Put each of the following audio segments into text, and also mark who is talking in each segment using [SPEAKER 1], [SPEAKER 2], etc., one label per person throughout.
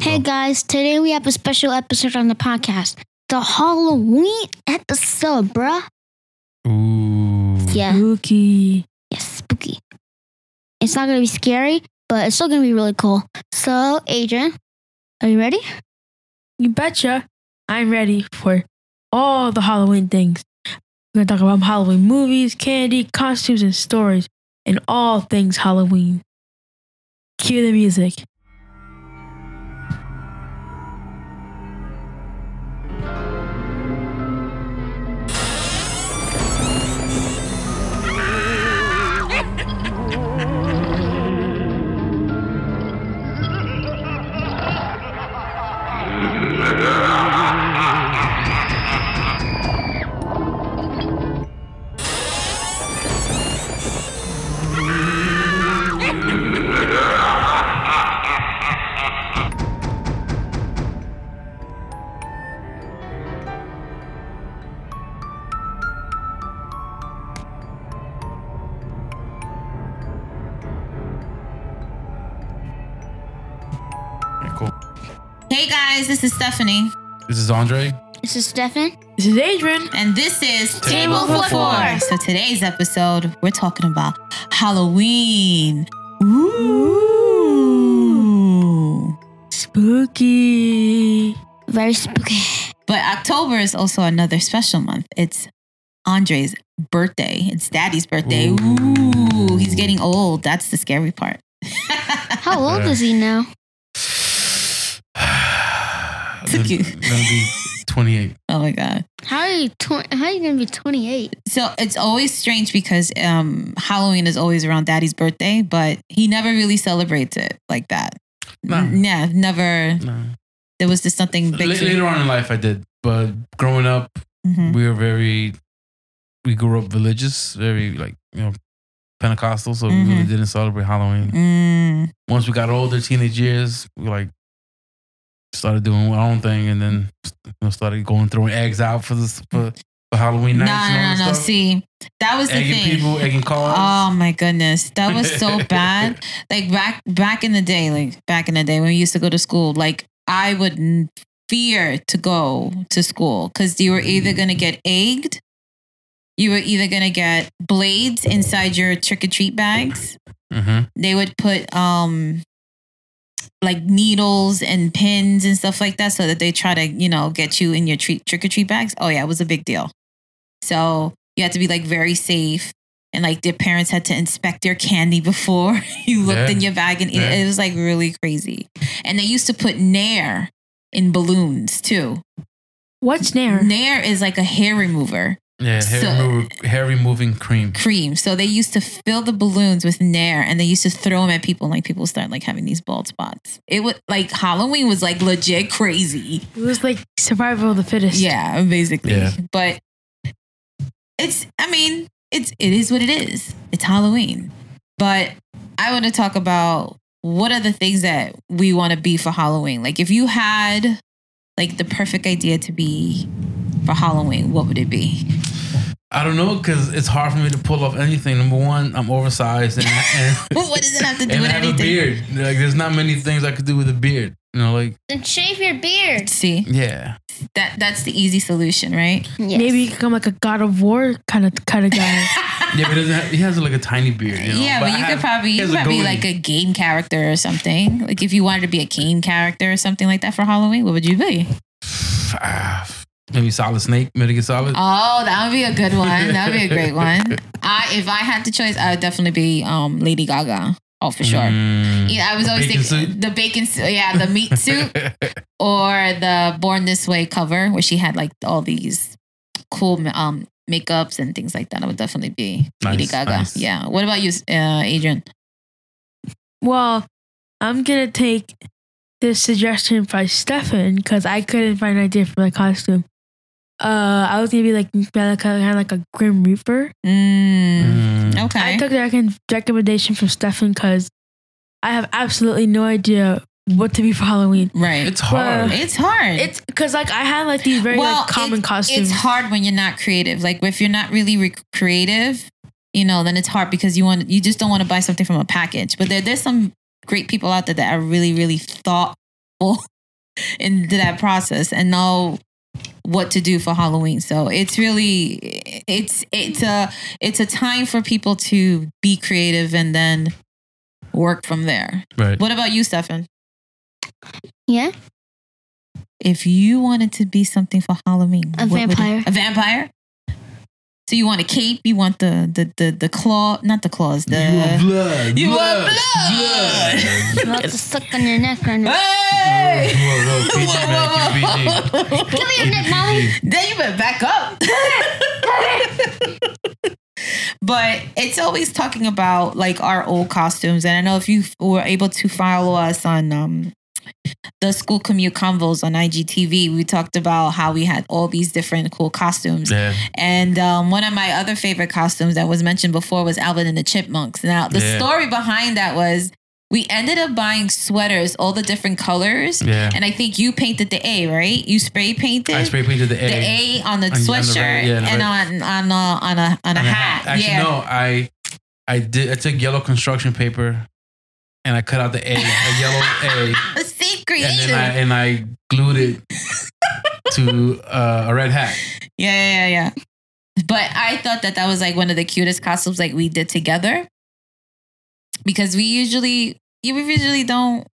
[SPEAKER 1] Hey guys, today we have a special episode on the podcast. The Halloween episode, bruh.
[SPEAKER 2] Ooh.
[SPEAKER 1] Yeah,
[SPEAKER 3] Spooky.
[SPEAKER 1] yes, spooky. It's not gonna be scary, but it's still gonna be really cool. So, Adrian, are you ready?
[SPEAKER 3] You betcha. I'm ready for all the Halloween things. We're gonna talk about Halloween movies, candy, costumes, and stories, and all things Halloween. Cue the music.
[SPEAKER 2] Yeah, cool.
[SPEAKER 4] Hey guys, this is Stephanie,
[SPEAKER 2] This is Andre.
[SPEAKER 1] This is Stefan.
[SPEAKER 3] This is Adrian.
[SPEAKER 4] and this is
[SPEAKER 2] Table for Four.
[SPEAKER 4] So today's episode, we're talking about Halloween. Ooh.
[SPEAKER 3] Spooky.
[SPEAKER 1] Very spooky.
[SPEAKER 4] But October is also another special month. It's Andre's birthday. It's Daddy's birthday. Ooh, he's getting old. That's the scary part.
[SPEAKER 1] How old
[SPEAKER 2] Yeah.
[SPEAKER 1] is he now?
[SPEAKER 4] Took you.
[SPEAKER 2] That'll be 28.
[SPEAKER 4] Oh my god.
[SPEAKER 1] How are you? Tw- how are you gonna be twenty eight?
[SPEAKER 4] So it's always strange because um, Halloween is always around Daddy's birthday, but he never really celebrates it like that.
[SPEAKER 2] No.
[SPEAKER 4] N- Yeah, never.
[SPEAKER 2] No.
[SPEAKER 4] There was just something
[SPEAKER 2] La-
[SPEAKER 4] big. for-
[SPEAKER 2] later on in life, I did. But growing up,
[SPEAKER 4] Mhm.
[SPEAKER 2] we were very, we grew up religious, very like, you know, Pentecostal. So we really
[SPEAKER 4] Mhm.
[SPEAKER 2] didn't celebrate Halloween.
[SPEAKER 4] Mm.
[SPEAKER 2] Once we got older, teenage years, we like started doing our own thing and then you know, started going throwing eggs out for this, for, for Halloween
[SPEAKER 4] Mm. No,
[SPEAKER 2] nights. and all
[SPEAKER 4] no,
[SPEAKER 2] that
[SPEAKER 4] no, no.
[SPEAKER 2] stuff.
[SPEAKER 4] See, that was the
[SPEAKER 2] egging
[SPEAKER 4] thing.
[SPEAKER 2] people, egging cars.
[SPEAKER 4] Oh my goodness, that was so bad. Like back back in the day, like back in the day when we used to go to school, like I would n- fear to go to school because you were either gonna get egged, you were either gonna get blades inside your trick or treat bags.
[SPEAKER 2] hmm
[SPEAKER 4] They would put um like needles and pins and stuff like that so that they try to you know get you in your treat trick or treat bags. Oh yeah, it was a big deal. So you had to be like very safe. And like their parents had to inspect their candy before you looked
[SPEAKER 2] Yeah.
[SPEAKER 4] in your bag, and it-
[SPEAKER 2] Yeah.
[SPEAKER 4] it was like really crazy. And they used to put nair in balloons too.
[SPEAKER 3] What's Nair?
[SPEAKER 4] Nair is like a hair remover
[SPEAKER 2] Yeah, hair,
[SPEAKER 4] So-
[SPEAKER 2] remover, hair removing cream.
[SPEAKER 4] cream. So they used to fill the balloons with nair, and they used to throw them at people, and like people start like having these bald spots. It was like Halloween was like legit crazy.
[SPEAKER 3] It was like survival of the fittest.
[SPEAKER 4] Yeah, basically.
[SPEAKER 2] Yeah.
[SPEAKER 4] But it's I mean, it's it is what it is. It's Halloween. But I want to talk about what are the things that we want to be for Halloween? Like if you had like the perfect idea to be for Halloween, what would it be?
[SPEAKER 2] I don't know because it's hard for me to pull off anything. Number one, I'm oversized and I, and,
[SPEAKER 4] Well, what does it have to do
[SPEAKER 2] and I
[SPEAKER 4] with
[SPEAKER 2] have a
[SPEAKER 4] anything?
[SPEAKER 2] beard. Like, there's not many things I could do with a beard. You know, like
[SPEAKER 1] Then shave your beard.
[SPEAKER 4] See,
[SPEAKER 2] yeah,
[SPEAKER 4] that that's the easy solution, right?
[SPEAKER 1] Yes.
[SPEAKER 3] Maybe you could become like a God of War kind of kind of guy.
[SPEAKER 2] yeah. But it doesn't have, he has like a tiny beard. You know?
[SPEAKER 4] yeah, but,
[SPEAKER 2] I
[SPEAKER 4] you could
[SPEAKER 2] have-
[SPEAKER 4] probably
[SPEAKER 2] he
[SPEAKER 4] you
[SPEAKER 2] has
[SPEAKER 4] could
[SPEAKER 2] a
[SPEAKER 4] probably be
[SPEAKER 2] goatee.
[SPEAKER 4] like a game character or something. Like if you wanted to be a game character or something like that for Halloween, what would you be?
[SPEAKER 2] Ah, maybe solid snake, Metal solid.
[SPEAKER 4] Oh, that would be a good one. That would be a great one. I if I had the choice, I would definitely be um Lady Gaga. Oh, for sure.
[SPEAKER 2] Mm.
[SPEAKER 4] Yeah, I was
[SPEAKER 2] The
[SPEAKER 4] always
[SPEAKER 2] bacon
[SPEAKER 4] thinking the bacon suit, yeah, the meat suit or the Born This Way cover where she had like all these cool um makeups and things like that. I would definitely be Lady
[SPEAKER 2] Nice,
[SPEAKER 4] Gaga.
[SPEAKER 2] nice.
[SPEAKER 4] Yeah. What about you, uh, Adrian?
[SPEAKER 3] Well, I'm gonna take this suggestion by Stefan because I couldn't find an idea for my costume. Uh, I was gonna be like kind of kind of like a Grim Reaper.
[SPEAKER 4] Mm,
[SPEAKER 2] Mm.
[SPEAKER 4] okay.
[SPEAKER 3] I took that con- recommendation from Stefan because I have absolutely no idea what to be for Halloween.
[SPEAKER 4] right.
[SPEAKER 2] It's hard.
[SPEAKER 4] It's hard.
[SPEAKER 3] It's because like I had like these very like common
[SPEAKER 4] it's,
[SPEAKER 3] costumes.
[SPEAKER 4] It's hard when you're not creative. Like if you're not really re- creative, you know, then it's hard because you want you just don't want to buy something from a package. But there, there's some great people out there that are really really thoughtful into that process and know what to do for Halloween. So it's really it's it's a it's a time for people to be creative and then work from there.
[SPEAKER 2] Right.
[SPEAKER 4] What about you, Stefan?
[SPEAKER 1] Yeah.
[SPEAKER 4] If you wanted to be something for Halloween,
[SPEAKER 1] A
[SPEAKER 4] what would it-
[SPEAKER 1] vampire.
[SPEAKER 4] a vampire. So you want a cape? You want the the the the claw? Not the claws. The
[SPEAKER 2] blood.
[SPEAKER 4] You want blood.
[SPEAKER 1] You have to suck on your neck right now.
[SPEAKER 4] Hey!
[SPEAKER 2] Whoa, whoa, PG,
[SPEAKER 4] Whoa,
[SPEAKER 2] man,
[SPEAKER 4] whoa, whoa.
[SPEAKER 1] Give me your neck, mommy.
[SPEAKER 4] Then you better back up. but it's always talking about like our old costumes, and I know if you f- were able to follow us on um, the school commute convos on IGTV, we talked about how we had all these different cool costumes.
[SPEAKER 2] Yeah.
[SPEAKER 4] And um, one of my other favorite costumes that was mentioned before was Alvin and the Chipmunks. Now, the
[SPEAKER 2] Yeah.
[SPEAKER 4] story behind that was we ended up buying sweaters, all the different colors.
[SPEAKER 2] Yeah.
[SPEAKER 4] And I think you painted the A, right? You spray painted
[SPEAKER 2] I spray painted the A.
[SPEAKER 4] the A on the
[SPEAKER 2] on the
[SPEAKER 4] sweatshirt
[SPEAKER 2] red- yeah, the
[SPEAKER 4] and
[SPEAKER 2] red-
[SPEAKER 4] on on a on a on a
[SPEAKER 2] on a
[SPEAKER 4] hat.
[SPEAKER 2] Actually,
[SPEAKER 4] yeah.
[SPEAKER 2] no, I I did I took yellow construction paper and I cut out the A, a yellow A.
[SPEAKER 4] See,
[SPEAKER 2] and
[SPEAKER 4] creative.
[SPEAKER 2] then I and I glued it to uh, a red hat.
[SPEAKER 4] yeah, yeah, yeah, yeah. But I thought that that was like one of the cutest costumes like we did together because we usually we usually don't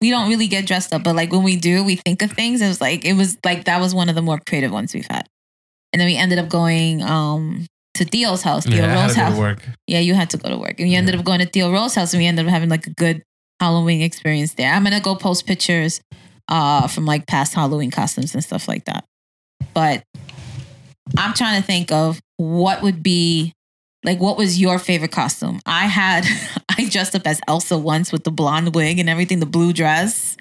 [SPEAKER 4] we don't really get dressed up, but like when we do, we think of things. It was like it was like that was one of the more creative ones we've had. And then we ended up going um to Theo's house, Theo
[SPEAKER 2] I had
[SPEAKER 4] Rose's
[SPEAKER 2] to go
[SPEAKER 4] house.
[SPEAKER 2] to work.
[SPEAKER 4] Yeah, you had to go to work. And we ended
[SPEAKER 2] Yeah.
[SPEAKER 4] up going to Theo Rose's house and we ended up having like a good Halloween experience there. I'm gonna go post pictures uh from like past Halloween costumes and stuff like that. But I'm trying to think of what would be like what was your favorite costume? I had I dressed up as Elsa once with the blonde wig and everything, the blue dress.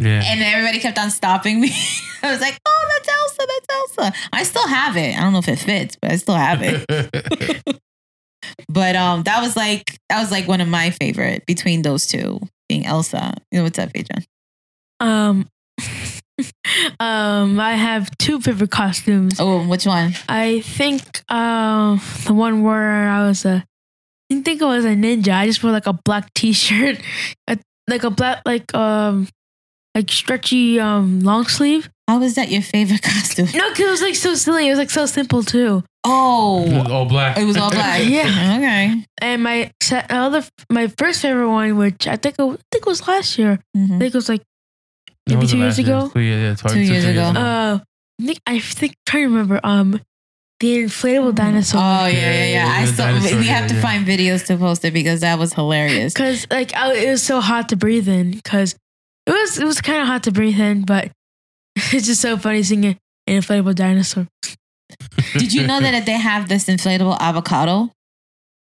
[SPEAKER 2] Yeah,
[SPEAKER 4] And everybody kept on stopping me. I was like, oh that's Elsa, that's Elsa. I still have it. I don't know if it fits, but I still have it. But um, that was like that was like one of my favorite between those two being Elsa. You know what's up, Adrian?
[SPEAKER 3] Um, um, I have two favorite costumes.
[SPEAKER 4] Oh, and which one?
[SPEAKER 3] I think um the one where I was a, I didn't think I was a ninja. I just wore like a black T-shirt, a, like a black like um like stretchy um long sleeve.
[SPEAKER 4] How was that your favorite costume?
[SPEAKER 3] No, because it was like so silly. It was like so simple too.
[SPEAKER 2] it was
[SPEAKER 4] Oh,
[SPEAKER 2] all black.
[SPEAKER 4] it was all black.
[SPEAKER 3] Yeah.
[SPEAKER 4] Okay.
[SPEAKER 3] And my se- other my first favorite one, which I think it, I think it was last year. I
[SPEAKER 4] Mhm.
[SPEAKER 3] think it was like
[SPEAKER 2] It
[SPEAKER 3] maybe
[SPEAKER 2] was
[SPEAKER 3] two
[SPEAKER 2] last
[SPEAKER 3] years
[SPEAKER 2] year.
[SPEAKER 3] ago?
[SPEAKER 2] Two years, yeah,
[SPEAKER 4] Two years ago.
[SPEAKER 3] uh I think I think trying to remember um the inflatable dinosaur.
[SPEAKER 4] Oh yeah,
[SPEAKER 2] Yeah,
[SPEAKER 4] yeah,
[SPEAKER 2] yeah,
[SPEAKER 4] yeah. I
[SPEAKER 2] yeah, dinosaur,
[SPEAKER 4] still we have
[SPEAKER 2] yeah,
[SPEAKER 4] to
[SPEAKER 2] yeah.
[SPEAKER 4] find videos to post it because that was hilarious.
[SPEAKER 3] Cause like I, it was so hot to breathe in. Cause it was it was kind of hot to breathe in, but it's just so funny seeing an inflatable dinosaur.
[SPEAKER 4] Did you know that they have this inflatable avocado?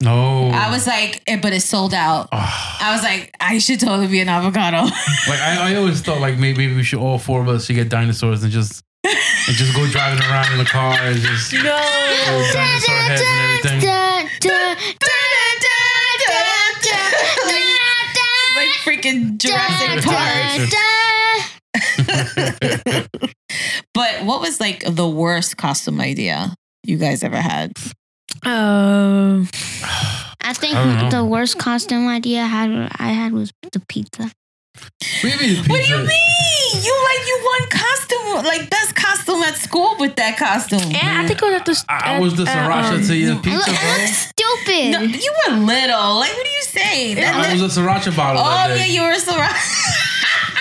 [SPEAKER 2] No,
[SPEAKER 4] I was like, eh, but it sold out.
[SPEAKER 2] Ah.
[SPEAKER 4] I was like, I should totally be an avocado.
[SPEAKER 2] like I, I always thought like maybe, maybe we should all four of us should get dinosaurs and just and just go driving around in the car and just
[SPEAKER 3] No.
[SPEAKER 2] little dinosaur heads and everything.
[SPEAKER 4] like freaking Jurassic Park. But what was like the worst costume idea you guys ever had?
[SPEAKER 3] Um.
[SPEAKER 1] I think
[SPEAKER 2] I don't know.
[SPEAKER 1] the worst costume idea I had I had was the pizza.
[SPEAKER 2] Maybe the
[SPEAKER 4] What do you
[SPEAKER 2] pizza-
[SPEAKER 4] mean? You like you won costume like best costume at school with that costume.
[SPEAKER 3] And I think it was at the.
[SPEAKER 2] I, I was the
[SPEAKER 3] at,
[SPEAKER 2] sriracha
[SPEAKER 3] um,
[SPEAKER 2] to your
[SPEAKER 1] I look,
[SPEAKER 2] pizza,
[SPEAKER 1] I
[SPEAKER 2] bro.
[SPEAKER 1] look stupid.
[SPEAKER 4] No, you were little. Like what do you say? That-
[SPEAKER 2] I was a sriracha bottle. that
[SPEAKER 4] oh yeah,
[SPEAKER 2] day.
[SPEAKER 4] you were Sarah.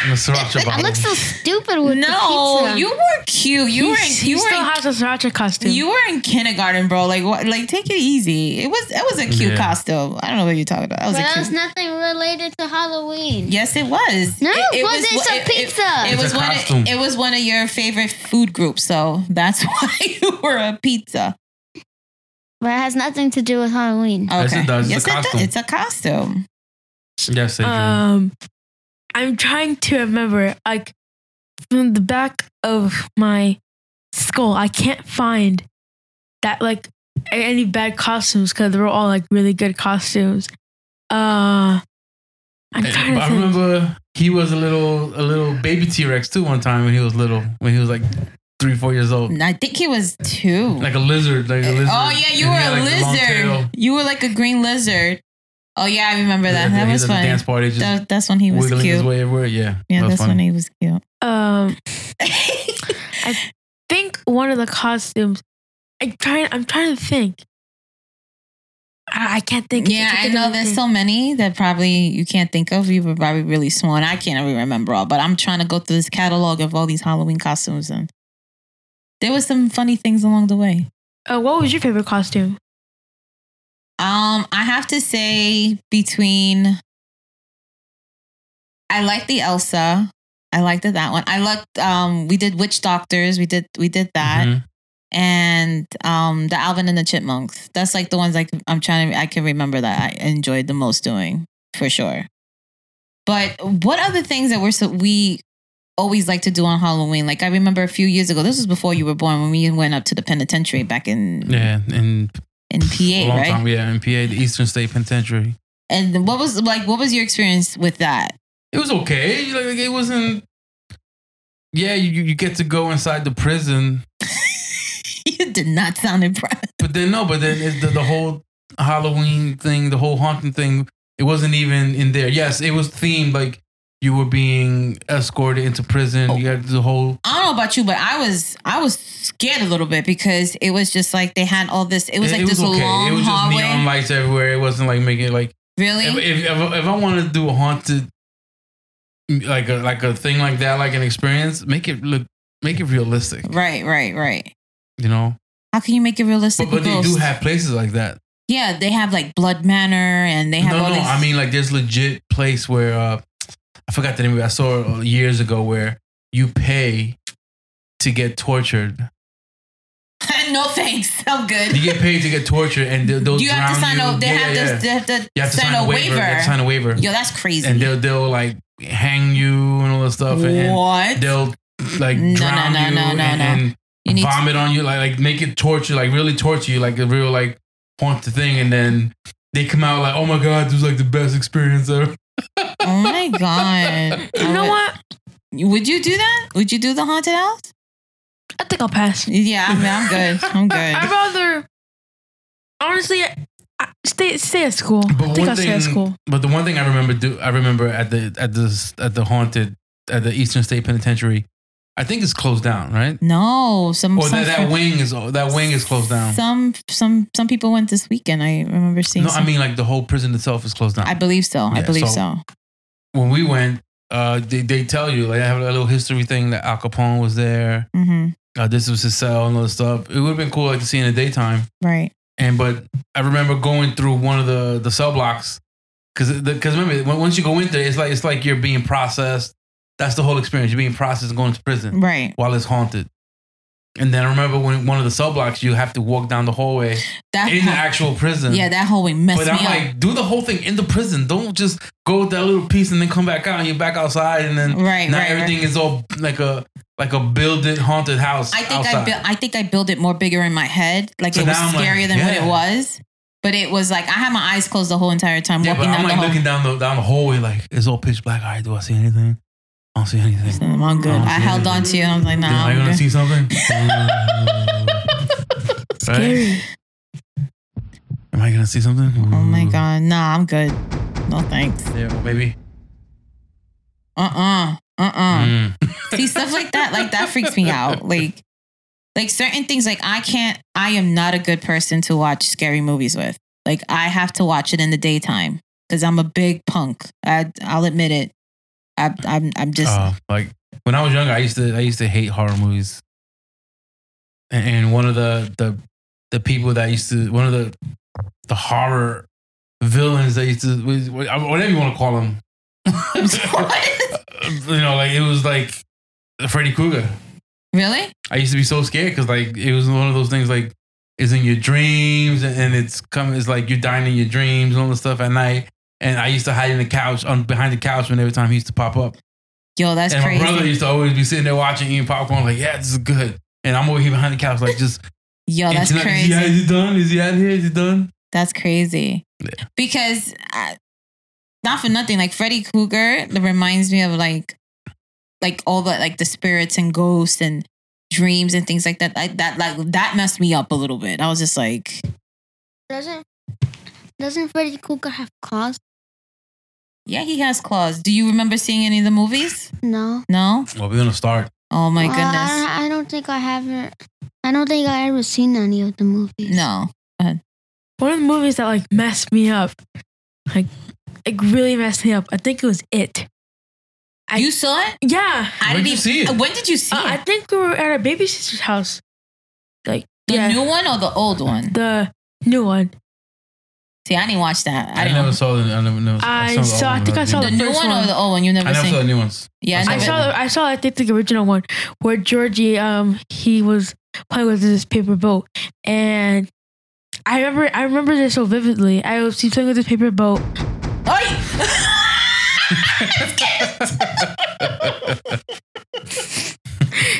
[SPEAKER 2] I'm a sriracha
[SPEAKER 1] I
[SPEAKER 2] bottle.
[SPEAKER 1] look so stupid with the
[SPEAKER 4] no,
[SPEAKER 1] pizza.
[SPEAKER 4] you were cute. You
[SPEAKER 3] he-
[SPEAKER 4] were in,
[SPEAKER 3] he
[SPEAKER 4] you were
[SPEAKER 3] still
[SPEAKER 4] in,
[SPEAKER 3] has a sriracha costume.
[SPEAKER 4] you were in kindergarten, bro. Like what? Like take it easy. It was it was a cute
[SPEAKER 2] Yeah.
[SPEAKER 4] costume. I don't know what you're talking about. That was
[SPEAKER 1] but
[SPEAKER 4] a
[SPEAKER 1] that
[SPEAKER 4] cute.
[SPEAKER 1] was nothing related to Halloween.
[SPEAKER 4] Yes, it was.
[SPEAKER 1] No,
[SPEAKER 4] it,
[SPEAKER 1] was it some pizza?
[SPEAKER 4] It,
[SPEAKER 2] It's
[SPEAKER 4] was
[SPEAKER 2] a
[SPEAKER 4] one.
[SPEAKER 2] costume.
[SPEAKER 4] Of, it was one of your favorite food groups, so that's why you were a pizza.
[SPEAKER 1] But it has nothing to do with Halloween.
[SPEAKER 4] Okay.
[SPEAKER 2] Yes, it does. It's
[SPEAKER 4] Yes,
[SPEAKER 2] a
[SPEAKER 4] it
[SPEAKER 2] costume.
[SPEAKER 4] It's a costume.
[SPEAKER 2] yes, Adrian.
[SPEAKER 3] Um, I'm trying to remember, like, from the back of my skull, I can't find that, like, a- any bad costumes because they were all, like, really good costumes. Uh, I'm
[SPEAKER 2] Hey,
[SPEAKER 3] trying
[SPEAKER 2] but
[SPEAKER 3] to
[SPEAKER 2] I
[SPEAKER 3] think.
[SPEAKER 2] remember he was a little a little baby T Rex too one time when he was little when he was like three four years old
[SPEAKER 4] I think he was two.
[SPEAKER 2] like a lizard like a lizard
[SPEAKER 4] oh yeah, you
[SPEAKER 2] And
[SPEAKER 4] were
[SPEAKER 2] he had,
[SPEAKER 4] a
[SPEAKER 2] like, long tail.
[SPEAKER 4] lizard. You were like a green lizard. Oh yeah, I remember that.
[SPEAKER 2] He's
[SPEAKER 4] That
[SPEAKER 2] at
[SPEAKER 4] was
[SPEAKER 2] the
[SPEAKER 4] funny.
[SPEAKER 2] dance party, just
[SPEAKER 4] That, that's when he was
[SPEAKER 2] wiggling his
[SPEAKER 4] cute.
[SPEAKER 2] way everywhere. Yeah,
[SPEAKER 4] Yeah,
[SPEAKER 2] that was
[SPEAKER 4] that's when
[SPEAKER 2] funny.
[SPEAKER 4] he was cute.
[SPEAKER 3] Um, think one of the costumes. I'm trying. I'm trying to think. I, I can't think.
[SPEAKER 4] yeah,
[SPEAKER 3] can't
[SPEAKER 4] I
[SPEAKER 3] think of
[SPEAKER 4] know there's
[SPEAKER 3] anything.
[SPEAKER 4] so many that probably you can't think of. You were probably really small, and I can't really remember all. But I'm trying to go through this catalog of all these Halloween costumes, and there was some funny things along the way.
[SPEAKER 3] Uh, what was your favorite costume?
[SPEAKER 4] Um, I have to say between I like the Elsa. I liked that one. I liked um we did Witch Doctors, we did we did that.
[SPEAKER 2] Mhm.
[SPEAKER 4] And um the Alvin and the Chipmunks. That's like the ones I can, I'm trying to I can remember that I enjoyed the most doing for sure. But what other things that we're so we always like to do on Halloween? Like I remember a few years ago, this was before you were born when we went up to the penitentiary back in
[SPEAKER 2] Yeah, and
[SPEAKER 4] in
[SPEAKER 2] a
[SPEAKER 4] PA,
[SPEAKER 2] long
[SPEAKER 4] right?
[SPEAKER 2] time. Yeah, in PA, the Eastern State Penitentiary.
[SPEAKER 4] And what was like? What was your experience with that?
[SPEAKER 2] It was okay. Like it wasn't. Yeah, you you get to go inside the prison,
[SPEAKER 4] you did not sound impressed.
[SPEAKER 2] but then no, but then it, the, the whole Halloween thing, the whole haunting thing, it wasn't even in there. Yes, it was themed like you were being escorted into prison. You had the whole
[SPEAKER 4] I don't know about you, but I was I was scared a little bit because it was just like they had all this. It was like this long
[SPEAKER 2] It was just
[SPEAKER 4] hallway.
[SPEAKER 2] neon lights everywhere. It wasn't like making it like
[SPEAKER 4] really?
[SPEAKER 2] if if, if, if I want to do a haunted like a like a thing like that, like an experience, make it look make it realistic.
[SPEAKER 4] right, right, right.
[SPEAKER 2] You know,
[SPEAKER 4] How can you make it realistic?
[SPEAKER 2] but but
[SPEAKER 4] with
[SPEAKER 2] they do
[SPEAKER 4] ghosts?
[SPEAKER 2] have places like that.
[SPEAKER 4] yeah, they have like Blood Manor, and they have
[SPEAKER 2] no,
[SPEAKER 4] all
[SPEAKER 2] no.
[SPEAKER 4] these.
[SPEAKER 2] I mean, like, there's legit place where uh, I forgot the name of it. I saw it uh, years ago where you pay to get tortured.
[SPEAKER 4] no thanks. I'm
[SPEAKER 2] You
[SPEAKER 4] good.
[SPEAKER 2] get paid to get tortured, and they'll, they'll
[SPEAKER 4] You have to
[SPEAKER 2] drown
[SPEAKER 4] sign
[SPEAKER 2] you.
[SPEAKER 4] a. They
[SPEAKER 2] Yeah,
[SPEAKER 4] have
[SPEAKER 2] yeah,
[SPEAKER 4] this. They have to,
[SPEAKER 2] You have to
[SPEAKER 4] sign, a waiver.
[SPEAKER 2] You have to sign a waiver,
[SPEAKER 4] Yo, that's crazy.
[SPEAKER 2] and they'll they'll like hang you and all this stuff, and, and
[SPEAKER 4] what?
[SPEAKER 2] they'll like
[SPEAKER 4] No, no,
[SPEAKER 2] drown
[SPEAKER 4] no,
[SPEAKER 2] you
[SPEAKER 4] no, no,
[SPEAKER 2] and,
[SPEAKER 4] no.
[SPEAKER 2] and
[SPEAKER 4] You need to-
[SPEAKER 2] vomit on you, like like make it torture, like really torture you, like a real like haunted thing, and then they come out like, oh my god, this was like the best experience ever.
[SPEAKER 4] oh my god.
[SPEAKER 3] You
[SPEAKER 4] I
[SPEAKER 3] know
[SPEAKER 4] would-
[SPEAKER 3] what?
[SPEAKER 4] Would you do that? Would you do the haunted house?
[SPEAKER 3] I think I'll pass.
[SPEAKER 4] Yeah, I mean, I'm good. I'm
[SPEAKER 3] I'd
[SPEAKER 4] good.
[SPEAKER 3] rather. Honestly, I, I- stay stay at school. I think I'll stay at school.
[SPEAKER 2] But the one thing I remember do I remember at the at the at the haunted at the Eastern State Penitentiary, I think it's closed down, right?
[SPEAKER 4] No, some
[SPEAKER 2] Or
[SPEAKER 4] some,
[SPEAKER 2] that, that wing is that wing is closed down.
[SPEAKER 4] some some some people went this weekend. I remember seeing.
[SPEAKER 2] No,
[SPEAKER 4] some-
[SPEAKER 2] I mean like the whole prison itself is closed down.
[SPEAKER 4] I believe so. I
[SPEAKER 2] Yeah,
[SPEAKER 4] believe so.
[SPEAKER 2] so- when we went, uh, they they tell you like I have a little history thing that Al Capone was there.
[SPEAKER 4] hmm
[SPEAKER 2] Uh, this was his cell and all this stuff. It would have been cool like to see in the daytime.
[SPEAKER 4] Right.
[SPEAKER 2] And but I remember going through one of the the cell blocks because because remember when- once you go in there, it's like it's like you're being processed. That's the whole experience. You're being processed and going to prison
[SPEAKER 4] Right.
[SPEAKER 2] while it's haunted. And then I remember when one of the cell blocks, you have to walk down the hallway
[SPEAKER 4] That
[SPEAKER 2] in the
[SPEAKER 4] whole-
[SPEAKER 2] actual prison.
[SPEAKER 4] yeah, that hallway messed
[SPEAKER 2] But
[SPEAKER 4] me
[SPEAKER 2] I'm
[SPEAKER 4] up.
[SPEAKER 2] like, do the whole thing in the prison. Don't just go with that little piece and then come back out and you're back outside and then
[SPEAKER 4] right.
[SPEAKER 2] now
[SPEAKER 4] Right.
[SPEAKER 2] everything
[SPEAKER 4] right.
[SPEAKER 2] is all like a like a builded haunted house.
[SPEAKER 4] I think I
[SPEAKER 2] outside.
[SPEAKER 4] built. I think I built it more bigger in my head. Like
[SPEAKER 2] So
[SPEAKER 4] it was
[SPEAKER 2] now I'm like,
[SPEAKER 4] scarier than what
[SPEAKER 2] yeah.
[SPEAKER 4] it was. But it was like I had my eyes closed the whole entire time
[SPEAKER 2] Yeah, but
[SPEAKER 4] walking down
[SPEAKER 2] I'm
[SPEAKER 4] the
[SPEAKER 2] like
[SPEAKER 4] hall.
[SPEAKER 2] looking down the down the hallway, like it's all pitch black. All right, do I see anything? I don't see anything.
[SPEAKER 4] Mm, I'm good.
[SPEAKER 2] Oh,
[SPEAKER 4] I held
[SPEAKER 2] yeah.
[SPEAKER 4] on to you. and I was like,
[SPEAKER 2] Am
[SPEAKER 4] nah.
[SPEAKER 2] I
[SPEAKER 4] I'm
[SPEAKER 2] gonna
[SPEAKER 4] good.
[SPEAKER 2] see something? Mm. right?
[SPEAKER 3] Scary.
[SPEAKER 2] Am I gonna see something?
[SPEAKER 4] Oh my god. Nah, I'm good. No thanks.
[SPEAKER 2] Yeah, well, maybe.
[SPEAKER 4] Uh uh. Uh uh.
[SPEAKER 2] Mm.
[SPEAKER 4] See stuff like that, like that freaks me out. Like, like certain things, like I can't. I am not a good person to watch scary movies with. Like I have to watch it in the daytime because I'm a big punk. I, I'll admit it. I, I'm I'm just
[SPEAKER 2] Uh, like when I was younger, I used to I used to hate horror movies. And, and one of the the the people that used to one of the the horror villains that used to was- whatever you want to call them. you know, like it was like Freddy Krueger.
[SPEAKER 4] really
[SPEAKER 2] I used to be so scared because like it was one of those things like it's in your dreams and, and it's coming. It's like you're dying in your dreams and all this stuff at night. And I used to hide in the couch on behind the couch when every time he used to pop up.
[SPEAKER 4] yo. That's
[SPEAKER 2] and my brother
[SPEAKER 4] crazy.
[SPEAKER 2] used to always be sitting there watching eating popcorn like yeah this is good. And I'm over here behind the couch like just
[SPEAKER 4] Yo, that's
[SPEAKER 2] "Is he-
[SPEAKER 4] crazy.
[SPEAKER 2] Is he, is he done? Is he out here? Is he done?
[SPEAKER 4] That's crazy. Because I, not for nothing, like Freddy Krueger that reminds me of like like all the like the spirits and ghosts and dreams and things like that. Like that like that messed me up a little bit. I was just like,
[SPEAKER 1] Doesn't Doesn't Freddy Krueger have claws?
[SPEAKER 4] Yeah, he has claws. Do you remember seeing any of the movies?
[SPEAKER 1] No.
[SPEAKER 4] No.
[SPEAKER 2] Well, we're gonna start.
[SPEAKER 4] Oh my
[SPEAKER 1] Uh,
[SPEAKER 4] goodness.
[SPEAKER 1] I, I don't think I haven't. I don't think I ever seen any of the movies.
[SPEAKER 4] No.
[SPEAKER 3] One of the movies that like messed me up, like, like really messed me up. I think it was it. I-
[SPEAKER 4] you saw it?
[SPEAKER 3] Yeah,
[SPEAKER 4] I
[SPEAKER 2] Where'd
[SPEAKER 4] didn't
[SPEAKER 2] you
[SPEAKER 4] even-
[SPEAKER 2] see it?
[SPEAKER 4] When did you see
[SPEAKER 3] Uh, I
[SPEAKER 4] it?
[SPEAKER 3] think we were at our baby sister's house. Like
[SPEAKER 4] The
[SPEAKER 3] yeah,
[SPEAKER 4] new one or the old one?
[SPEAKER 3] the new one.
[SPEAKER 4] See, I didn't watch that. I,
[SPEAKER 2] I,
[SPEAKER 4] didn't.
[SPEAKER 2] never saw the. I never. never
[SPEAKER 3] I
[SPEAKER 2] the
[SPEAKER 3] saw-
[SPEAKER 2] old
[SPEAKER 3] I
[SPEAKER 2] one,
[SPEAKER 3] think
[SPEAKER 2] but
[SPEAKER 3] I saw
[SPEAKER 4] the
[SPEAKER 3] the
[SPEAKER 4] new
[SPEAKER 3] first
[SPEAKER 4] one, or
[SPEAKER 3] one.
[SPEAKER 4] the old one? You never
[SPEAKER 2] I never
[SPEAKER 4] seen?
[SPEAKER 2] saw the new ones.
[SPEAKER 4] yeah,
[SPEAKER 2] I
[SPEAKER 3] I
[SPEAKER 4] never.
[SPEAKER 3] saw I saw I think the original one where Georgie um he was playing with this paper boat and I remember I remember this so vividly. I was he's playing with this paper boat.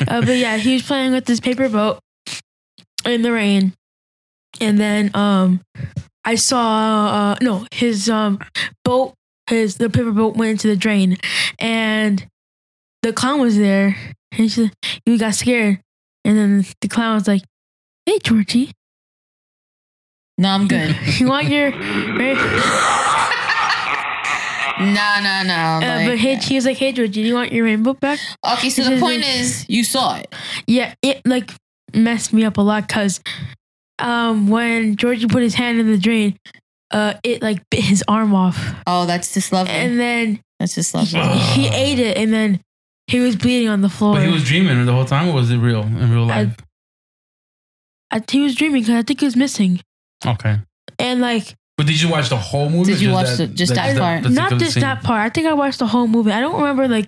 [SPEAKER 3] Uh, but yeah, he was playing with this paper boat in the rain. And then um I saw uh no, his um boat his the paper boat went into the drain and the clown was there and she, he got scared and then the clown was like, Hey Georgie,
[SPEAKER 4] No, I'm good.
[SPEAKER 3] you want your right?
[SPEAKER 4] No, no, no.
[SPEAKER 3] Uh,
[SPEAKER 4] like-
[SPEAKER 3] but hey, he was like, "Hey, Georgie, do you want your rainbow back?"
[SPEAKER 4] okay, so the point is, you saw it.
[SPEAKER 3] Yeah, it like messed me up a lot because um, when Georgie put his hand in the drain, uh, it like bit his arm off,
[SPEAKER 4] Oh, that's just lovely.
[SPEAKER 3] and then
[SPEAKER 4] that's just
[SPEAKER 3] he,
[SPEAKER 4] lovely.
[SPEAKER 3] he ate it, and then he was bleeding on the floor.
[SPEAKER 2] But he was dreaming the whole time, or was it real in real life?
[SPEAKER 3] I, he was dreaming because I think he was missing,
[SPEAKER 2] okay.
[SPEAKER 3] and like
[SPEAKER 2] But did you watch the whole movie?
[SPEAKER 4] Did
[SPEAKER 2] or
[SPEAKER 4] you watch the- just that part?
[SPEAKER 2] particular
[SPEAKER 3] not just
[SPEAKER 2] scene?
[SPEAKER 3] that part. I think I watched the whole movie. I don't remember like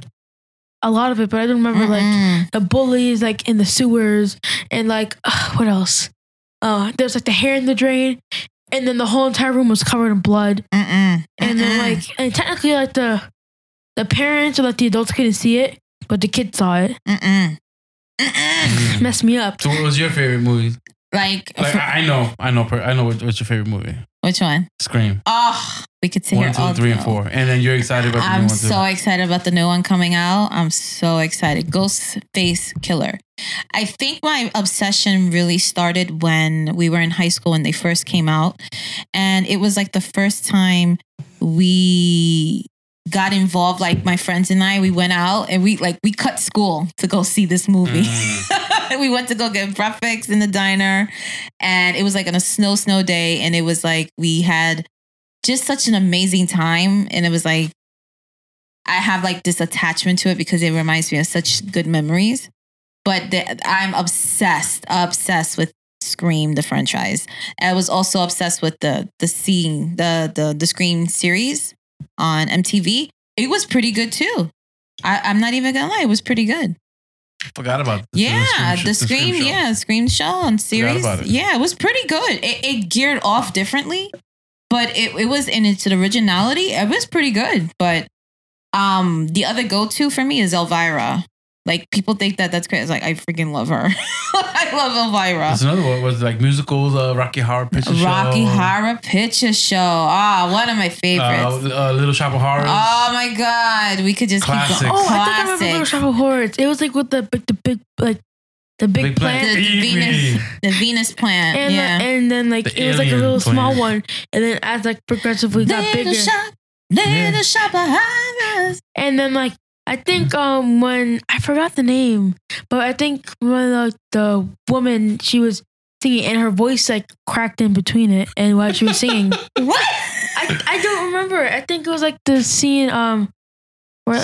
[SPEAKER 3] a lot of it, but I do remember like
[SPEAKER 4] Mm-mm.
[SPEAKER 3] the bullies like in the sewers and like ugh, what else? Uh, there's like the hair in the drain, and then the whole entire room was covered in blood.
[SPEAKER 4] Mm-mm.
[SPEAKER 3] And then
[SPEAKER 4] Mm-mm.
[SPEAKER 2] Mm-hmm.
[SPEAKER 3] like and technically like the the parents or like the adults couldn't see it, but the kids saw it.
[SPEAKER 4] Mm-mm. Mm-mm.
[SPEAKER 2] Mm.
[SPEAKER 3] Messed me up.
[SPEAKER 2] So, what was your favorite movie?
[SPEAKER 4] like,
[SPEAKER 2] Like, I I know, I know, per- I know. What, what's your favorite movie?
[SPEAKER 4] which one?
[SPEAKER 2] Scream.
[SPEAKER 4] Oh, we could sit
[SPEAKER 2] One,
[SPEAKER 4] here
[SPEAKER 2] two,
[SPEAKER 4] all
[SPEAKER 2] three, and
[SPEAKER 4] day.
[SPEAKER 2] four. And then you're excited about the new
[SPEAKER 4] I'm
[SPEAKER 2] one too.
[SPEAKER 4] so excited about the new one coming out. I'm so excited. Ghostface Killer. I think my obsession really started when we were in high school when they first came out. And it was like the first time we got involved. Like my friends and I, we went out and we like we cut school to go see this movie.
[SPEAKER 2] Mm.
[SPEAKER 4] we went to go get breakfast in the diner and it was like on a snow snow day and it was like we had just such an amazing time and it was like i have like this attachment to it because it reminds me of such good memories but the, i'm obsessed obsessed with scream the franchise i was also obsessed with the the scene the the, the scream series on mtv it was pretty good too I, i'm not even gonna lie it was pretty good
[SPEAKER 2] Forgot about the-
[SPEAKER 4] yeah,
[SPEAKER 2] sh-
[SPEAKER 4] the Scream,
[SPEAKER 2] show.
[SPEAKER 4] yeah, Scream show on series.
[SPEAKER 2] about it.
[SPEAKER 4] Yeah, it was pretty good. It, it geared off differently, but it, it was in its originality. It was pretty good. But um, the other go to for me is Elvira. Like people think that that's crazy. It's like I freaking love her. I love Elvira.
[SPEAKER 2] That's another one. Was like musicals, uh, Rocky Horror Picture Show,
[SPEAKER 4] Rocky Horror Picture Show. Ah, one of my favorites.
[SPEAKER 2] uh, uh, Little Shop of Horrors.
[SPEAKER 4] oh my god, we could just
[SPEAKER 2] Classics.
[SPEAKER 4] keep going.
[SPEAKER 3] Oh, I think I remember Little Shop of Horrors. It was like with the big the big like the big,
[SPEAKER 2] Big
[SPEAKER 3] plant.
[SPEAKER 2] Planet.
[SPEAKER 4] The,
[SPEAKER 2] Eat me.
[SPEAKER 4] Venus, the Venus plant.
[SPEAKER 3] And,
[SPEAKER 4] yeah.
[SPEAKER 3] the- and then like
[SPEAKER 2] The
[SPEAKER 3] it was like a
[SPEAKER 2] alien
[SPEAKER 3] little small
[SPEAKER 2] plant.
[SPEAKER 3] one, and then as like progressively got
[SPEAKER 4] Little
[SPEAKER 3] bigger,
[SPEAKER 4] shop, little
[SPEAKER 2] Yeah.
[SPEAKER 4] shop of horrors.
[SPEAKER 3] and then like I
[SPEAKER 2] Mm-hmm.
[SPEAKER 3] think um when I forgot the name, but I think when like the woman she was singing and her voice like cracked in between it and while she was singing,
[SPEAKER 4] What?
[SPEAKER 3] I I don't remember. I think it was like the scene um where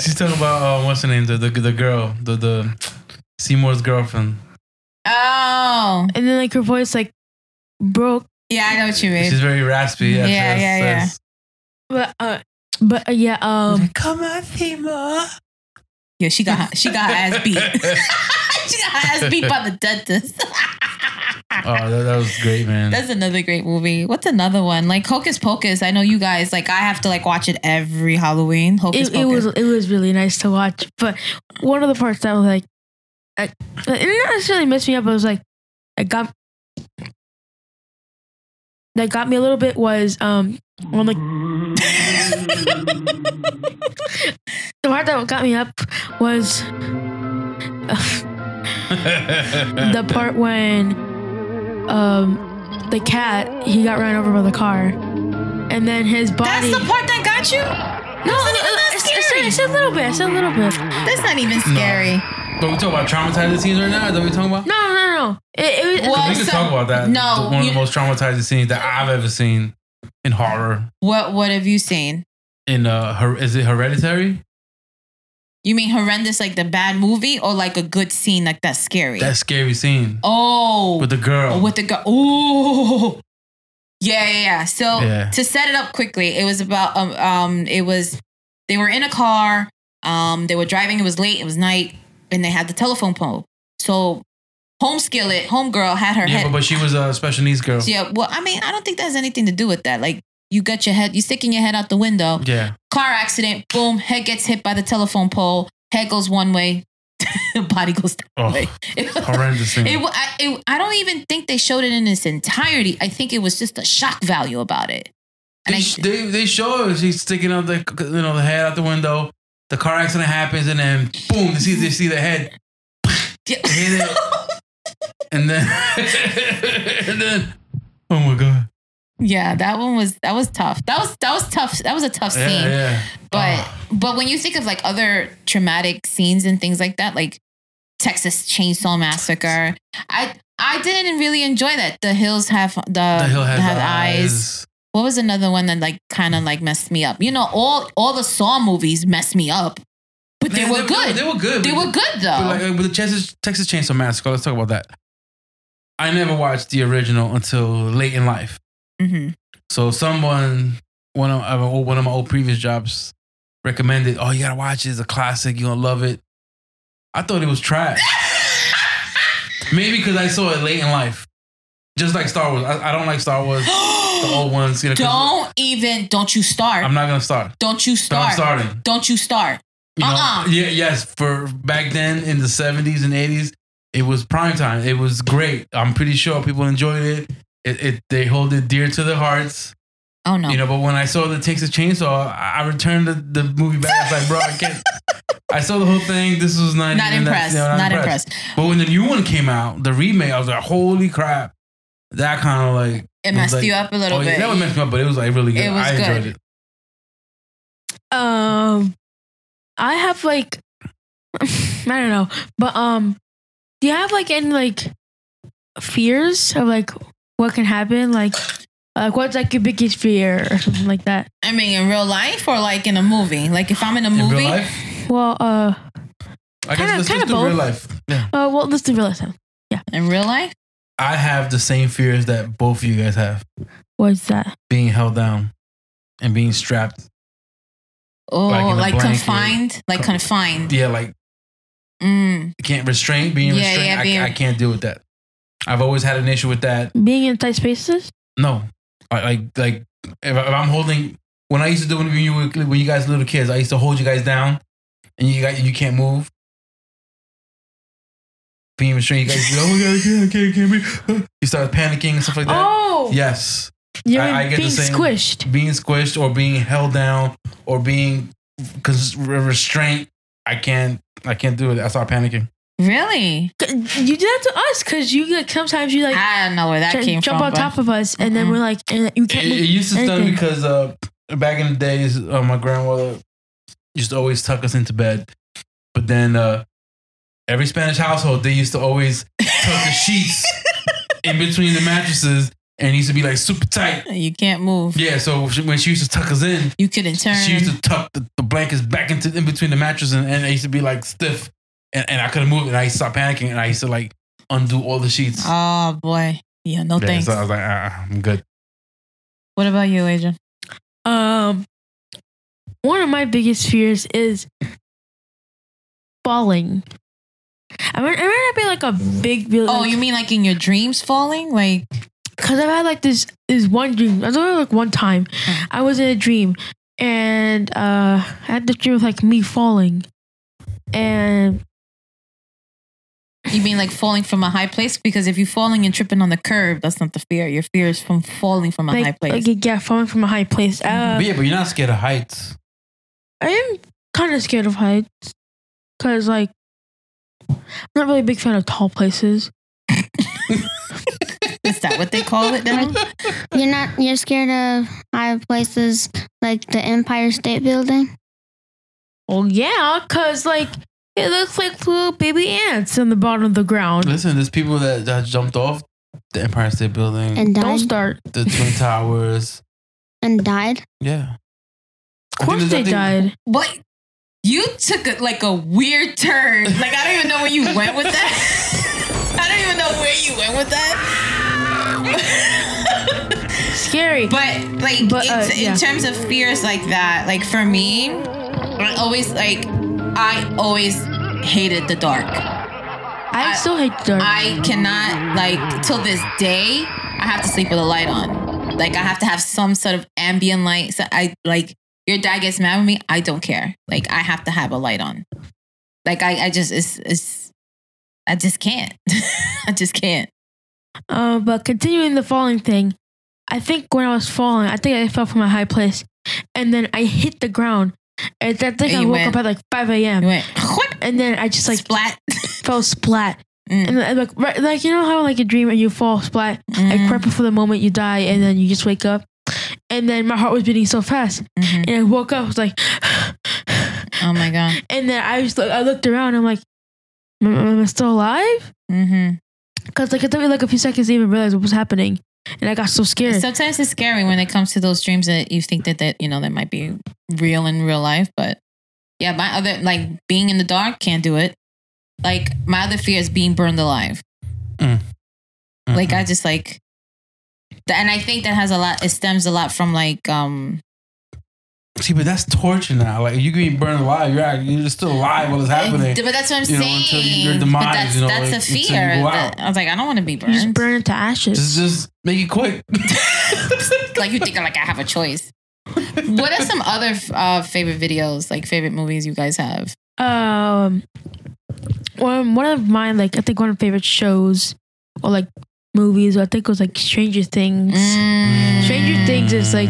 [SPEAKER 2] She's talking about uh, what's her name? The, the the girl, the the Seymour's girlfriend.
[SPEAKER 4] Oh,
[SPEAKER 3] and then like her voice like broke,
[SPEAKER 4] yeah, I know what you mean.
[SPEAKER 2] She's very raspy. Yeah,
[SPEAKER 4] Yeah, yeah, yeah.
[SPEAKER 3] but uh but uh, yeah um
[SPEAKER 2] Come on, Seymour.
[SPEAKER 4] yeah, she got her, she got her ass beat. she got her ass beat by the dentist.
[SPEAKER 2] Oh, that, that was great, man.
[SPEAKER 4] That's another great movie. What's another one? Like Hocus Pocus. I know you guys like. I have to like watch it every Halloween. Hocus
[SPEAKER 3] it, it
[SPEAKER 4] Pocus.
[SPEAKER 3] was it was really nice to watch. But one of the parts that was like, I, it didn't necessarily mess me up. But it was like, it got that got me a little bit was um on like the part that got me up was the part when um the cat he got run over by the car and then his
[SPEAKER 4] That's
[SPEAKER 3] body.
[SPEAKER 4] the part that got you?
[SPEAKER 3] no,
[SPEAKER 4] That's
[SPEAKER 3] no,
[SPEAKER 4] not
[SPEAKER 3] no,
[SPEAKER 4] even
[SPEAKER 3] it's, it's,
[SPEAKER 4] scary.
[SPEAKER 3] it's a little bit. It's a little bit.
[SPEAKER 4] That's not even scary.
[SPEAKER 2] But we talking about traumatizing scenes right now. Is that what we talking about?
[SPEAKER 3] No, no, no. It, it was.
[SPEAKER 4] Well,
[SPEAKER 2] we can
[SPEAKER 4] so-
[SPEAKER 2] talk about that.
[SPEAKER 4] no,
[SPEAKER 2] The- one of
[SPEAKER 4] you-
[SPEAKER 2] the most traumatizing scenes that I've ever seen in horror.
[SPEAKER 4] What What have you seen?
[SPEAKER 2] In uh, her, is it Hereditary?
[SPEAKER 4] You mean horrendous, like the bad movie, or like a good scene, like that's scary?
[SPEAKER 2] That scary scene
[SPEAKER 4] oh,
[SPEAKER 2] with the girl.
[SPEAKER 4] with the girl. Oh, yeah, yeah, yeah. So
[SPEAKER 2] Yeah.
[SPEAKER 4] to set it up quickly, it was about um, um, it was they were in a car. Um, they were driving. It was late. It was night, and they had the telephone pole. So home skillet, home girl had her
[SPEAKER 2] yeah,
[SPEAKER 4] head.
[SPEAKER 2] but, uh, but she was a special needs girl. Yeah.
[SPEAKER 4] yeah. Well, I mean, I don't think that has anything to do with that. Like you got your head, you sticking your head out the window. Car accident. Boom. Head gets hit by the telephone pole. Head goes one way. Body goes that
[SPEAKER 2] Oh,
[SPEAKER 4] way. It was-
[SPEAKER 2] horrendous scene.
[SPEAKER 4] it, wa- I, it, I don't even think they showed it in its entirety. I think it was just a shock value about it. And
[SPEAKER 2] they,
[SPEAKER 4] I,
[SPEAKER 2] sh- they they show her. She's sticking out the you know the head out the window. The car accident happens, and then boom, they see they see the head, they hit it, and then and then oh my god,
[SPEAKER 4] yeah, that one was that was tough. That was that was tough. That was a tough
[SPEAKER 2] yeah,
[SPEAKER 4] scene.
[SPEAKER 2] yeah.
[SPEAKER 4] But
[SPEAKER 2] Ah,
[SPEAKER 4] but when you think of like other traumatic scenes and things like that, like Texas Chainsaw Massacre, I I didn't really enjoy that. The hills have the,
[SPEAKER 2] the hill has
[SPEAKER 4] have um, eyes.
[SPEAKER 2] eyes.
[SPEAKER 4] What was another one that like kind of like messed me up? You know, all all the Saw movies messed me up, but they
[SPEAKER 2] Man,
[SPEAKER 4] were good.
[SPEAKER 2] They were good.
[SPEAKER 4] They
[SPEAKER 2] but-
[SPEAKER 4] were good though.
[SPEAKER 2] But like uh, with the Texas, Texas Chainsaw Massacre, let's talk about that. I never watched the original until late in life.
[SPEAKER 3] Mm-hmm.
[SPEAKER 4] hmm
[SPEAKER 2] So someone, one of, of an old- one of my old previous jobs, recommended, "Oh, you gotta watch it. It's a classic. You gonna love it." I thought it was trash. Maybe because I saw it late in life, just like Star Wars. I, I don't like Star Wars. the old ones, you know. 'cause
[SPEAKER 4] don't even. Don't you start.
[SPEAKER 2] I'm not gonna start.
[SPEAKER 4] don't you
[SPEAKER 2] But
[SPEAKER 4] start.
[SPEAKER 2] I'm starting.
[SPEAKER 4] Don't you start.
[SPEAKER 2] You know?
[SPEAKER 4] Uh-uh.
[SPEAKER 2] Yeah. Yes. For back then in the 70s and 80s, it was prime time. It was great. I'm pretty sure people enjoyed it. It, it they hold it dear to their hearts.
[SPEAKER 4] Oh no.
[SPEAKER 2] You know, but when I saw the Texas Chainsaw, I I returned the, the movie back. I was like, bro, I can't. I saw the whole thing. This was not
[SPEAKER 4] not
[SPEAKER 2] even that-
[SPEAKER 4] impressed.
[SPEAKER 2] you know,
[SPEAKER 4] not, impressed.
[SPEAKER 2] But when the new one came out, the remake, I was like, holy crap! That kind of like
[SPEAKER 4] It messed
[SPEAKER 2] like,
[SPEAKER 4] you up a little
[SPEAKER 2] oh, yeah,
[SPEAKER 4] bit.
[SPEAKER 2] that would mess me up, but it was like really good.
[SPEAKER 4] It was
[SPEAKER 2] I enjoyed
[SPEAKER 4] good.
[SPEAKER 2] it.
[SPEAKER 3] Um, I have like, I don't know, but um, do you have like any like fears of like what can happen? Like, like what's like your biggest fear or something like that?
[SPEAKER 4] I mean, in real life or like in a movie. Like if I'm in a
[SPEAKER 2] In
[SPEAKER 4] movie,
[SPEAKER 2] real life,
[SPEAKER 3] Well, uh,
[SPEAKER 2] I guess
[SPEAKER 3] Kinda-
[SPEAKER 2] let's
[SPEAKER 3] kinda
[SPEAKER 2] just do real
[SPEAKER 3] both.
[SPEAKER 2] life. Yeah,
[SPEAKER 3] uh, well, let's do real life.
[SPEAKER 4] in real life,
[SPEAKER 2] I have the same fears that both of you guys have:
[SPEAKER 3] What's that?
[SPEAKER 2] being held down and being strapped.
[SPEAKER 4] oh,
[SPEAKER 2] Like in a
[SPEAKER 4] like,
[SPEAKER 2] blanket.
[SPEAKER 4] confined, like
[SPEAKER 2] Com-
[SPEAKER 4] confined.
[SPEAKER 2] Yeah, like
[SPEAKER 4] Mm.
[SPEAKER 2] can't restrain being
[SPEAKER 4] Yeah,
[SPEAKER 2] restrained.
[SPEAKER 4] yeah,
[SPEAKER 2] I,
[SPEAKER 4] being-
[SPEAKER 2] I can't deal with that. I've always had an issue with that.
[SPEAKER 3] Being in tight spaces?
[SPEAKER 2] No, I, like like if, I, if I'm holding when I used to do when you were when you guys were little kids, I used to hold you guys down, and you guys you can't move. Being restrained, you guys. Oh my god, I can't, I can't, I can't move. You start panicking and stuff like that.
[SPEAKER 3] Oh,
[SPEAKER 2] Yes,
[SPEAKER 3] you're
[SPEAKER 2] I- I get the
[SPEAKER 3] being
[SPEAKER 2] same-
[SPEAKER 3] squished.
[SPEAKER 2] being squished or being held down or being because restraint. I can't. I can't do it. I start panicking.
[SPEAKER 4] Really?
[SPEAKER 3] C- You did that to us because you like sometimes you like
[SPEAKER 4] I don't know where Ah, that
[SPEAKER 3] ju-
[SPEAKER 4] came
[SPEAKER 3] jump
[SPEAKER 4] from. Mm-hmm.
[SPEAKER 3] on
[SPEAKER 4] but-
[SPEAKER 3] top of us and then
[SPEAKER 4] Mm-mm.
[SPEAKER 3] we're like and you can't.
[SPEAKER 2] It, it
[SPEAKER 3] move.
[SPEAKER 2] used to stun
[SPEAKER 3] anything.
[SPEAKER 2] because uh, back in the days, uh, my grandmother used to always tuck us into bed. But then uh, every Spanish household, they used to always tuck the sheets in between the mattresses and it used to be like super tight.
[SPEAKER 4] you can't move.
[SPEAKER 2] Yeah, so she- when she used to tuck us in,
[SPEAKER 4] You couldn't turn.
[SPEAKER 2] she used to tuck the, the blankets back into in between the mattress and, and it used to be like stiff. And, and I couldn't move and I used to start panicking and I used to like undo all the sheets.
[SPEAKER 4] oh boy. Yeah. No
[SPEAKER 2] Yeah,
[SPEAKER 4] thanks.
[SPEAKER 2] So I was like, ah, I'm good.
[SPEAKER 4] what about you, Adrian?
[SPEAKER 3] Um, one of my biggest fears is falling. I mean, I mean, that'd be like a big. Be
[SPEAKER 4] Oh, you mean like in your dreams falling? Like
[SPEAKER 3] because I've had like this this one dream. I was only like one time.
[SPEAKER 4] Mm.
[SPEAKER 3] I was in a dream, and uh, I had this dream of like me falling, and
[SPEAKER 4] you mean like falling from a high place? Because if you're falling and tripping on the curb, that's not the fear. Your fear is from falling from a
[SPEAKER 3] like,
[SPEAKER 4] high place.
[SPEAKER 3] like yeah, falling from a high place. Uh,
[SPEAKER 2] But yeah, but you're not scared of heights.
[SPEAKER 3] I am kind of scared of heights because, like, I'm not really a big fan of tall places.
[SPEAKER 4] Stop. that what they call it now?
[SPEAKER 1] You're not. You're scared of high places like the Empire State Building.
[SPEAKER 3] Well, yeah, cause like it looks like little baby ants on the bottom of the ground.
[SPEAKER 2] Listen, there's people that, that jumped off the Empire State Building,
[SPEAKER 1] And
[SPEAKER 3] Don't
[SPEAKER 1] died.
[SPEAKER 3] start.
[SPEAKER 2] the Twin Towers.
[SPEAKER 1] and died.
[SPEAKER 2] Yeah.
[SPEAKER 3] Of
[SPEAKER 2] I
[SPEAKER 3] course
[SPEAKER 2] think
[SPEAKER 3] they
[SPEAKER 2] there's- I
[SPEAKER 3] died.
[SPEAKER 4] What? You took a, like a weird turn. Like I don't even know where you went with that. I don't even know where you went with that.
[SPEAKER 3] Scary.
[SPEAKER 4] But like
[SPEAKER 3] But,
[SPEAKER 4] in,
[SPEAKER 3] uh, yeah.
[SPEAKER 4] in terms of fears like that, like for me, I always like I always hated the dark.
[SPEAKER 3] I,
[SPEAKER 4] I-
[SPEAKER 3] still hate the dark.
[SPEAKER 4] I cannot like till this day I have to sleep with a light on. Like I have to have some sort of ambient light. So I like your dad gets mad with me. I don't care. Like I have to have a light on. Like I, I just it's, it's I just can't. I just can't.
[SPEAKER 3] Uh, but continuing the falling thing, I think when I was falling, I think I fell from a high place, and then I hit the ground. And I think
[SPEAKER 4] And
[SPEAKER 3] I
[SPEAKER 4] you
[SPEAKER 3] woke
[SPEAKER 4] went-
[SPEAKER 3] up at like five
[SPEAKER 4] You
[SPEAKER 3] a.m.
[SPEAKER 4] went
[SPEAKER 3] And then I just like
[SPEAKER 4] like splat.
[SPEAKER 3] fell splat,
[SPEAKER 4] Mm.
[SPEAKER 3] and then, like right, like you know how like you dream and you fall splat,
[SPEAKER 4] Mm.
[SPEAKER 3] I cripple for the moment you die, and then you just wake up, and then my heart was beating so fast,
[SPEAKER 4] Mhm.
[SPEAKER 3] and I woke up I was like,
[SPEAKER 4] Oh my god.
[SPEAKER 3] and then I just I looked around, I'm like, am, am I still alive?
[SPEAKER 4] Mm-hmm.
[SPEAKER 3] Because like it took me like a few seconds to even realize what was happening, and I got so scared.
[SPEAKER 4] Sometimes it's scary when it comes to those dreams that you think that that you know that might be real in real life, but yeah, my other like being in the dark can't do it. Like my other fear is being burned alive. Like
[SPEAKER 3] Mm-hmm.
[SPEAKER 4] I just like, th- and I think that has a lot. It stems a lot from like um.
[SPEAKER 2] See, but that's torture now. Like you being burned alive, you're act- you're still alive while it's happening.
[SPEAKER 4] But that's what I'm
[SPEAKER 2] You know,
[SPEAKER 4] saying.
[SPEAKER 2] until you- your
[SPEAKER 4] but
[SPEAKER 2] demise,
[SPEAKER 4] that's
[SPEAKER 2] you know,
[SPEAKER 4] that's
[SPEAKER 2] like,
[SPEAKER 4] a
[SPEAKER 2] until you
[SPEAKER 4] fear.
[SPEAKER 2] go
[SPEAKER 4] that-
[SPEAKER 2] out.
[SPEAKER 4] I was like, I don't want to be
[SPEAKER 3] You just
[SPEAKER 4] burned.
[SPEAKER 3] burn it to ashes.
[SPEAKER 2] Just just make it quick.
[SPEAKER 4] like you think like I have a choice. what are some other uh, favorite videos, like favorite movies you guys have?
[SPEAKER 3] um one one of my like I think one of my favorite shows or like movies I think was like Stranger Things.
[SPEAKER 4] Mm.
[SPEAKER 3] Mm. Stranger Things is like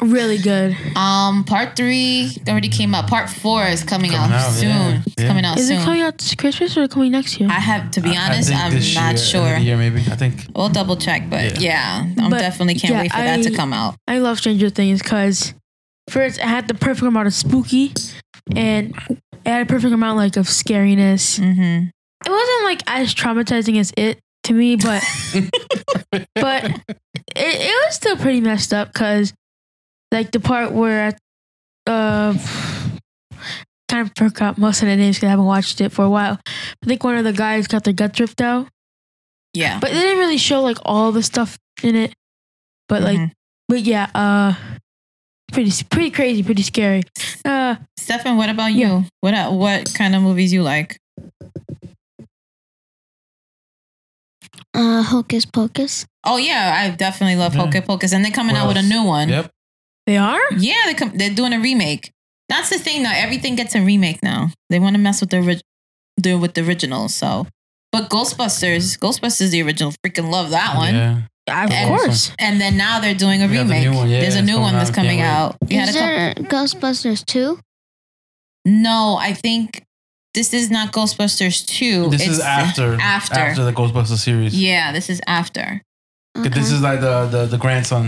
[SPEAKER 3] really good.
[SPEAKER 4] Um, part three already came out. Part four is coming,
[SPEAKER 2] Coming
[SPEAKER 4] out,
[SPEAKER 2] out,
[SPEAKER 4] soon.
[SPEAKER 2] yeah,
[SPEAKER 4] It's
[SPEAKER 2] yeah.
[SPEAKER 4] coming out
[SPEAKER 3] Is
[SPEAKER 4] soon.
[SPEAKER 3] it coming out this Christmas or coming next year?
[SPEAKER 4] I have to be honest,
[SPEAKER 2] I
[SPEAKER 4] I'm
[SPEAKER 2] think this
[SPEAKER 4] not
[SPEAKER 2] year, end
[SPEAKER 4] sure.
[SPEAKER 2] of the year maybe. I think.
[SPEAKER 4] We'll double check, but yeah, I'm
[SPEAKER 3] But,
[SPEAKER 4] definitely can't
[SPEAKER 3] yeah,
[SPEAKER 4] wait for that
[SPEAKER 3] I-
[SPEAKER 4] to come out.
[SPEAKER 3] I love Stranger Things because first it had the perfect amount of spooky and it had a perfect amount like of scariness.
[SPEAKER 4] hmm
[SPEAKER 3] It wasn't like as traumatizing as it to me, but but it, it was still pretty messed up because like the part where I uh kind of forgot most of the names because I haven't watched it for a while. I think one of the guys got their gut ripped out,
[SPEAKER 4] Yeah.
[SPEAKER 3] but they didn't really show like all the stuff in it. But like,
[SPEAKER 4] Mhm.
[SPEAKER 3] but yeah, uh, pretty pretty crazy, pretty scary. Uh,
[SPEAKER 4] Stefan, what about you? What uh, what kind of movies you like?
[SPEAKER 1] Uh, Hocus Pocus.
[SPEAKER 4] Oh yeah, I definitely love
[SPEAKER 2] Yeah.
[SPEAKER 4] Hocus Pocus, and they're coming
[SPEAKER 2] What
[SPEAKER 4] out with a
[SPEAKER 2] else?
[SPEAKER 4] new one.
[SPEAKER 2] Yep.
[SPEAKER 3] they are.
[SPEAKER 4] Yeah, they com- they're doing a remake. That's the thing though. Everything gets a remake now. They want to mess with the ori- do with the original. So, but Ghostbusters, Ghostbusters the original. Freaking love that one.
[SPEAKER 2] Yeah.
[SPEAKER 3] Of
[SPEAKER 4] And-
[SPEAKER 3] course,
[SPEAKER 4] And then now they're doing a
[SPEAKER 2] We got the
[SPEAKER 4] remake.
[SPEAKER 2] new one, yeah,
[SPEAKER 4] There's a
[SPEAKER 2] it's
[SPEAKER 4] new
[SPEAKER 2] coming
[SPEAKER 4] one
[SPEAKER 2] out,
[SPEAKER 4] that's
[SPEAKER 2] I can't
[SPEAKER 4] coming
[SPEAKER 2] wait.
[SPEAKER 4] out. We had a
[SPEAKER 1] Is
[SPEAKER 4] couple-
[SPEAKER 1] there Ghostbusters two?
[SPEAKER 4] no, I think this is not Ghostbusters two.
[SPEAKER 2] This is
[SPEAKER 4] It's-
[SPEAKER 2] after
[SPEAKER 4] after.
[SPEAKER 2] the Ghostbusters series.
[SPEAKER 4] Yeah, this is after.
[SPEAKER 2] 'Cause This is like the the, the grandson.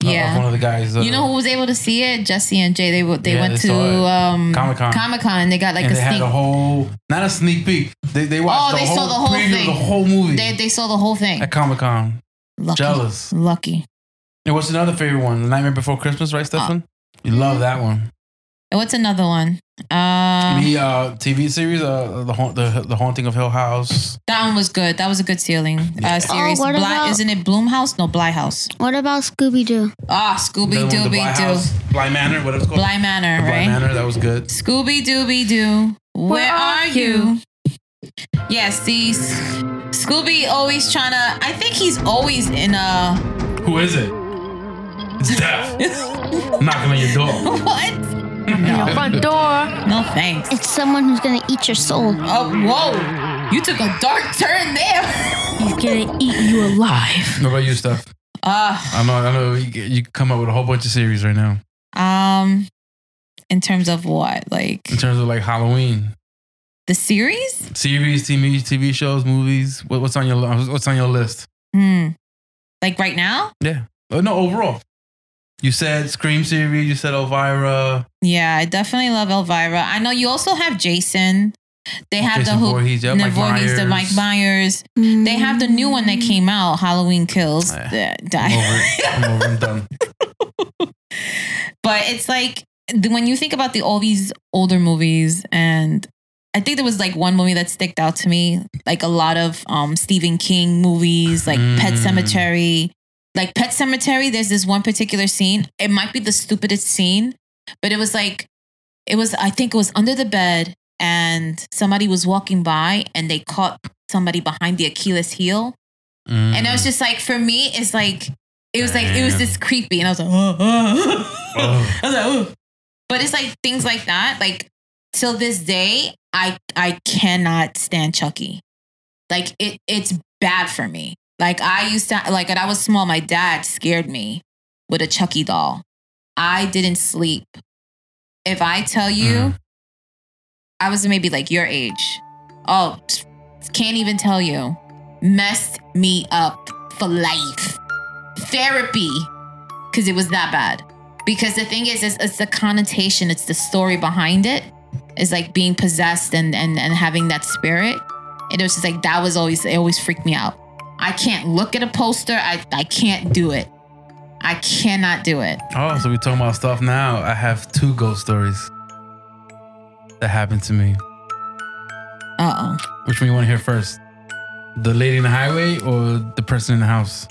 [SPEAKER 2] of- Of
[SPEAKER 4] Yeah.
[SPEAKER 2] one of the guys. uh,
[SPEAKER 4] You know who was able to see it? Jesse and Jay. They wa- they
[SPEAKER 2] Yeah,
[SPEAKER 4] went
[SPEAKER 2] they
[SPEAKER 4] to
[SPEAKER 2] saw
[SPEAKER 4] um,
[SPEAKER 2] Comic-Con.
[SPEAKER 4] Comic Con and they got like
[SPEAKER 2] and
[SPEAKER 4] a
[SPEAKER 2] they had
[SPEAKER 4] sneak.
[SPEAKER 2] a whole not a sneak peek. They they watched
[SPEAKER 4] Oh,
[SPEAKER 2] the,
[SPEAKER 4] they
[SPEAKER 2] whole
[SPEAKER 4] saw the whole
[SPEAKER 2] preview of
[SPEAKER 4] thing.
[SPEAKER 2] the whole movie
[SPEAKER 4] they they saw the whole thing.
[SPEAKER 2] at Comic Con.
[SPEAKER 4] Lucky.
[SPEAKER 2] Jealous.
[SPEAKER 4] Lucky.
[SPEAKER 2] And what's another favorite one? The Nightmare Before Christmas,
[SPEAKER 4] Uh,
[SPEAKER 2] right, Stefan? you love that one.
[SPEAKER 4] And What's another one? Uh,
[SPEAKER 2] the uh, TV series, uh, the, Haunt, the the Haunting of Hill House.
[SPEAKER 4] that one was good. That was a good ceiling
[SPEAKER 2] Oh,
[SPEAKER 4] uh, series.
[SPEAKER 1] what
[SPEAKER 4] Bly-
[SPEAKER 1] about-
[SPEAKER 4] isn't it Bloomhouse? No, Bly House.
[SPEAKER 1] What about Scooby Doo?
[SPEAKER 4] Ah, Scooby
[SPEAKER 2] Another one, the Bly
[SPEAKER 4] Dooby Doo.
[SPEAKER 2] House, Bly Manor, whatever it's called.
[SPEAKER 4] Bly Manor,
[SPEAKER 2] The Bly
[SPEAKER 4] right?
[SPEAKER 2] Manor, that was good.
[SPEAKER 4] Scooby Dooby Doo, where, are you? Yes, these Scooby always trying to. I think he's always in a
[SPEAKER 2] Who is it? It's death. Knocking on your door.
[SPEAKER 4] what?
[SPEAKER 3] Your front door.
[SPEAKER 4] No thanks.
[SPEAKER 1] It's someone who's gonna eat your soul.
[SPEAKER 4] Oh, whoa! You took a dark turn there.
[SPEAKER 3] He's gonna eat you alive.
[SPEAKER 2] What about you, Steph?
[SPEAKER 4] Ah,
[SPEAKER 2] I know, I know you, you come up with a whole bunch of series right now
[SPEAKER 4] um, in terms of what, like
[SPEAKER 2] in terms of like Halloween
[SPEAKER 4] the series?
[SPEAKER 2] series, TV, TV shows, movies. What, what's on your li- what's on your list?
[SPEAKER 4] Hmm. Like right now?
[SPEAKER 2] Oh, no, overall. You said Scream series. You said Elvira.
[SPEAKER 4] Yeah, I definitely love Elvira. I know you also have Jason. They have
[SPEAKER 2] Jason
[SPEAKER 4] the who
[SPEAKER 2] Voorhees, yeah,
[SPEAKER 4] the
[SPEAKER 2] Mike
[SPEAKER 4] Voorhees, the Mike
[SPEAKER 2] Myers.
[SPEAKER 4] Myers. They have the new one that
[SPEAKER 3] Mm.
[SPEAKER 4] came out, Halloween Kills.
[SPEAKER 2] Oh, Yeah.
[SPEAKER 4] Yeah,
[SPEAKER 2] I'm over
[SPEAKER 4] die.
[SPEAKER 2] it. I'm over. it. I'm done.
[SPEAKER 4] But it's like the- when you think about the all these older movies, and I think there was like one movie that sticked out to me, like a lot of um Stephen King movies, like Pet
[SPEAKER 2] Mm.
[SPEAKER 4] Cemetery. Like Pet Cemetery, there's this one particular scene. It might be the stupidest scene, but it was like it was I think it was under the bed and somebody was walking by and they caught somebody behind the Achilles heel. And
[SPEAKER 2] Hmm.
[SPEAKER 4] I was just like, for me, it's like it was like it was this creepy, and I was like, oh, oh.
[SPEAKER 2] Oh.
[SPEAKER 4] I was like, oh. but it's like things like that. Like till this day, I I cannot stand Chucky. Like it it's bad for me. Like I used to like when I was small, my dad scared me with a Chucky doll. I didn't sleep. If I tell you,
[SPEAKER 2] Mm.
[SPEAKER 4] I was maybe like your age. Oh, t- can't even tell you. Messed me up for life. Therapy, because it was that bad. Because the thing is, it's, it's the connotation, it's the story behind it. It's like being possessed and and and having that spirit. And it was just like that was always it always freaked me out. I can't look at a poster. I I can't do it. I cannot do it.
[SPEAKER 2] Oh, so we're talking about stuff now. I have two ghost stories that happened to me.
[SPEAKER 4] Uh oh.
[SPEAKER 2] Which one you want to hear first? The lady in the highway or the person in the house?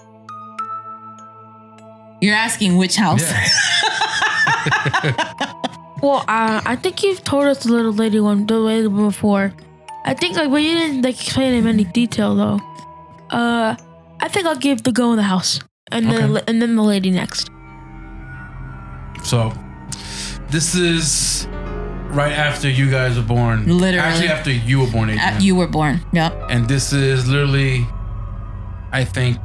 [SPEAKER 4] You're asking which house?
[SPEAKER 3] Well, uh, I think you've told us the little lady one the lady one before. I think like, but you didn't like explain in any detail though. Uh, I think I'll give the go in the house, and then
[SPEAKER 2] Okay.
[SPEAKER 3] and then the lady next.
[SPEAKER 2] So, this is right after you guys were born.
[SPEAKER 4] Literally.
[SPEAKER 2] Actually, after you were born,
[SPEAKER 4] Uh,
[SPEAKER 2] Adrian.
[SPEAKER 4] you were born. Yep.
[SPEAKER 2] and this is literally, I think,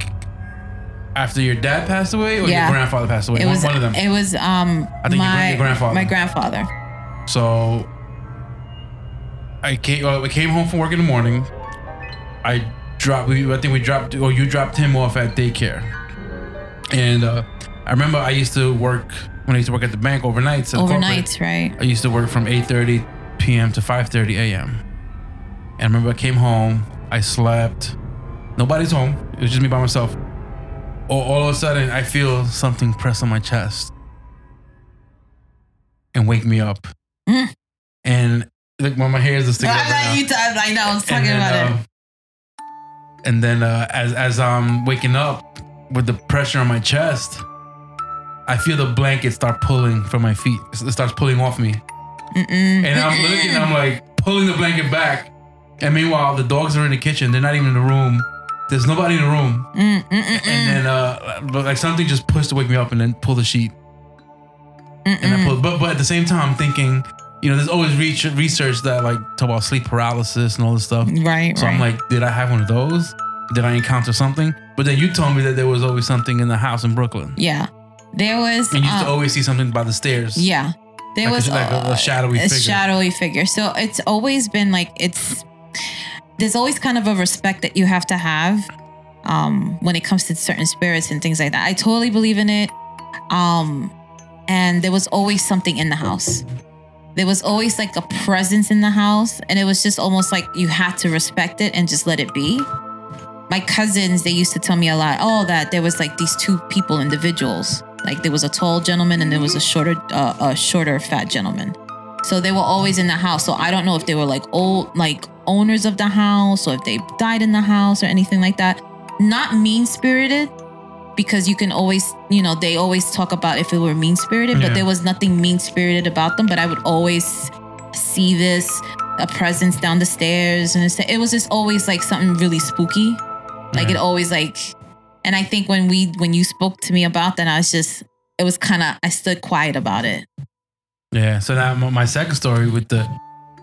[SPEAKER 2] after your dad passed away or
[SPEAKER 4] Yeah.
[SPEAKER 2] your grandfather passed away.
[SPEAKER 4] It
[SPEAKER 2] one,
[SPEAKER 4] was
[SPEAKER 2] one of them.
[SPEAKER 4] It was um
[SPEAKER 2] I think your
[SPEAKER 4] my
[SPEAKER 2] gran- your grandfather.
[SPEAKER 4] My grandfather.
[SPEAKER 2] So I came. Well, we came home from work in the morning. I dropped. We, I think we dropped. Or you dropped him off at daycare. And uh, I remember I used to work when I used to work at the bank overnights. at the corporate,
[SPEAKER 4] Overnight, right?
[SPEAKER 2] I used to work from 8:30 p.m. to 5:30 a.m. And I remember I came home. I slept. Nobody's home. It was just me by myself. All, all of a sudden, I feel something press on my chest and wake me up.
[SPEAKER 4] Mm.
[SPEAKER 2] And look, my, my hair is sticking up right now.
[SPEAKER 4] I, you t- I know. I was talking
[SPEAKER 2] And
[SPEAKER 4] about
[SPEAKER 2] then,
[SPEAKER 4] it.
[SPEAKER 2] um, And then uh, as as I'm waking up with the pressure on my chest, I feel the blanket start pulling from my feet. It starts pulling off me,
[SPEAKER 4] Mm-mm.
[SPEAKER 2] um, and I'm looking. I'm like pulling the blanket back, and meanwhile the dogs are in the kitchen. They're not even in the room. There's nobody in the room.
[SPEAKER 4] Mm, mm, mm,
[SPEAKER 2] And
[SPEAKER 4] mm,
[SPEAKER 2] then uh, but, like something just pushed to wake me up, and then pull the sheet.
[SPEAKER 4] mm,
[SPEAKER 2] And I
[SPEAKER 4] mm.
[SPEAKER 2] pulled, but but at the same time, I'm thinking, you know, there's always reach, research that like talk about sleep paralysis and all this stuff.
[SPEAKER 4] Right.
[SPEAKER 2] So
[SPEAKER 4] right.
[SPEAKER 2] I'm like, did I have one of those? Did I encounter something? But then you told me that there was always something in the house in Brooklyn.
[SPEAKER 4] yeah. There was.
[SPEAKER 2] And you used
[SPEAKER 4] um,
[SPEAKER 2] to always see something by the stairs.
[SPEAKER 4] Yeah. There
[SPEAKER 2] Like a-
[SPEAKER 4] was
[SPEAKER 2] like a- a shadowy figure.
[SPEAKER 4] shadowy figure. So it's always been like it's there's always kind of a respect that you have to have um when it comes to certain spirits and things like that. I totally believe in it. Um and there was always something in the house. There was always like a presence in the house and it was just almost like you had to respect it and just let it be my cousins they used to tell me a lot oh that there was like these two people individuals like there was a tall gentleman and there was a shorter uh, a shorter fat gentleman so they were always in the house so i don't know if they were like old like owners of the house or if they died in the house or anything like that not mean spirited because you can always you know they always talk about if it were mean spirited but
[SPEAKER 2] Yeah.
[SPEAKER 4] there was nothing mean spirited about them but i would always see this a presence down the stairs and it's, it was just always like something really spooky like
[SPEAKER 2] Yeah.
[SPEAKER 4] it always like and i think when we when you spoke to me about that i was just it was kind of i stood quiet about it
[SPEAKER 2] Yeah. So now my, my second story with the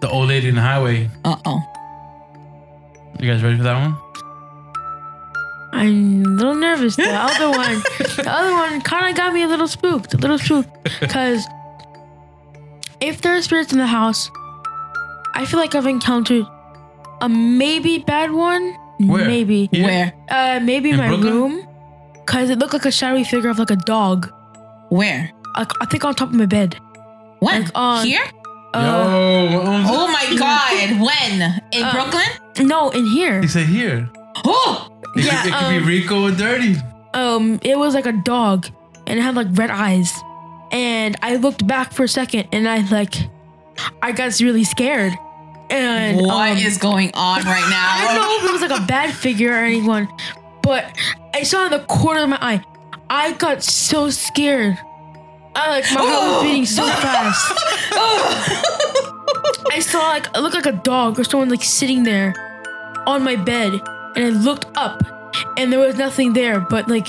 [SPEAKER 2] the old lady in the highway.
[SPEAKER 4] uh-oh
[SPEAKER 2] You guys ready for that one?
[SPEAKER 3] I'm a little nervous. The other one, the other one, kind of got me a little spooked, a little spooked, because if there are spirits in the house, I feel like I've encountered a maybe bad one,
[SPEAKER 2] Where?
[SPEAKER 3] Maybe.
[SPEAKER 2] Yeah.
[SPEAKER 4] Where?
[SPEAKER 3] Uh, maybe
[SPEAKER 2] In
[SPEAKER 3] my
[SPEAKER 2] Brooklyn?
[SPEAKER 3] room, cause it looked like a shadowy figure of like a dog.
[SPEAKER 4] Where?
[SPEAKER 3] I, I think on top of my bed.
[SPEAKER 4] When?
[SPEAKER 3] Like, uh,
[SPEAKER 4] Here?
[SPEAKER 3] Uh,
[SPEAKER 2] Yo, what was-
[SPEAKER 4] Oh my God. When? In
[SPEAKER 3] Uh,
[SPEAKER 4] Brooklyn?
[SPEAKER 3] No, in here.
[SPEAKER 2] he said here.
[SPEAKER 4] Oh!
[SPEAKER 2] It,
[SPEAKER 3] Yeah,
[SPEAKER 2] could, it could
[SPEAKER 3] um,
[SPEAKER 2] be Rico or Dirty.
[SPEAKER 3] Um, it was like a dog, and it had like red eyes. And I looked back for a second, and I like, I got really scared. And
[SPEAKER 4] What
[SPEAKER 3] um,
[SPEAKER 4] is going on right
[SPEAKER 3] I don't
[SPEAKER 4] now?
[SPEAKER 3] know if it was like a bad figure or anyone, but I saw in the corner of my eye. I got so scared. I like my heart was beating so fast. I saw like it looked like a dog or someone like sitting there on my bed, and I looked up, and there was nothing there. But like,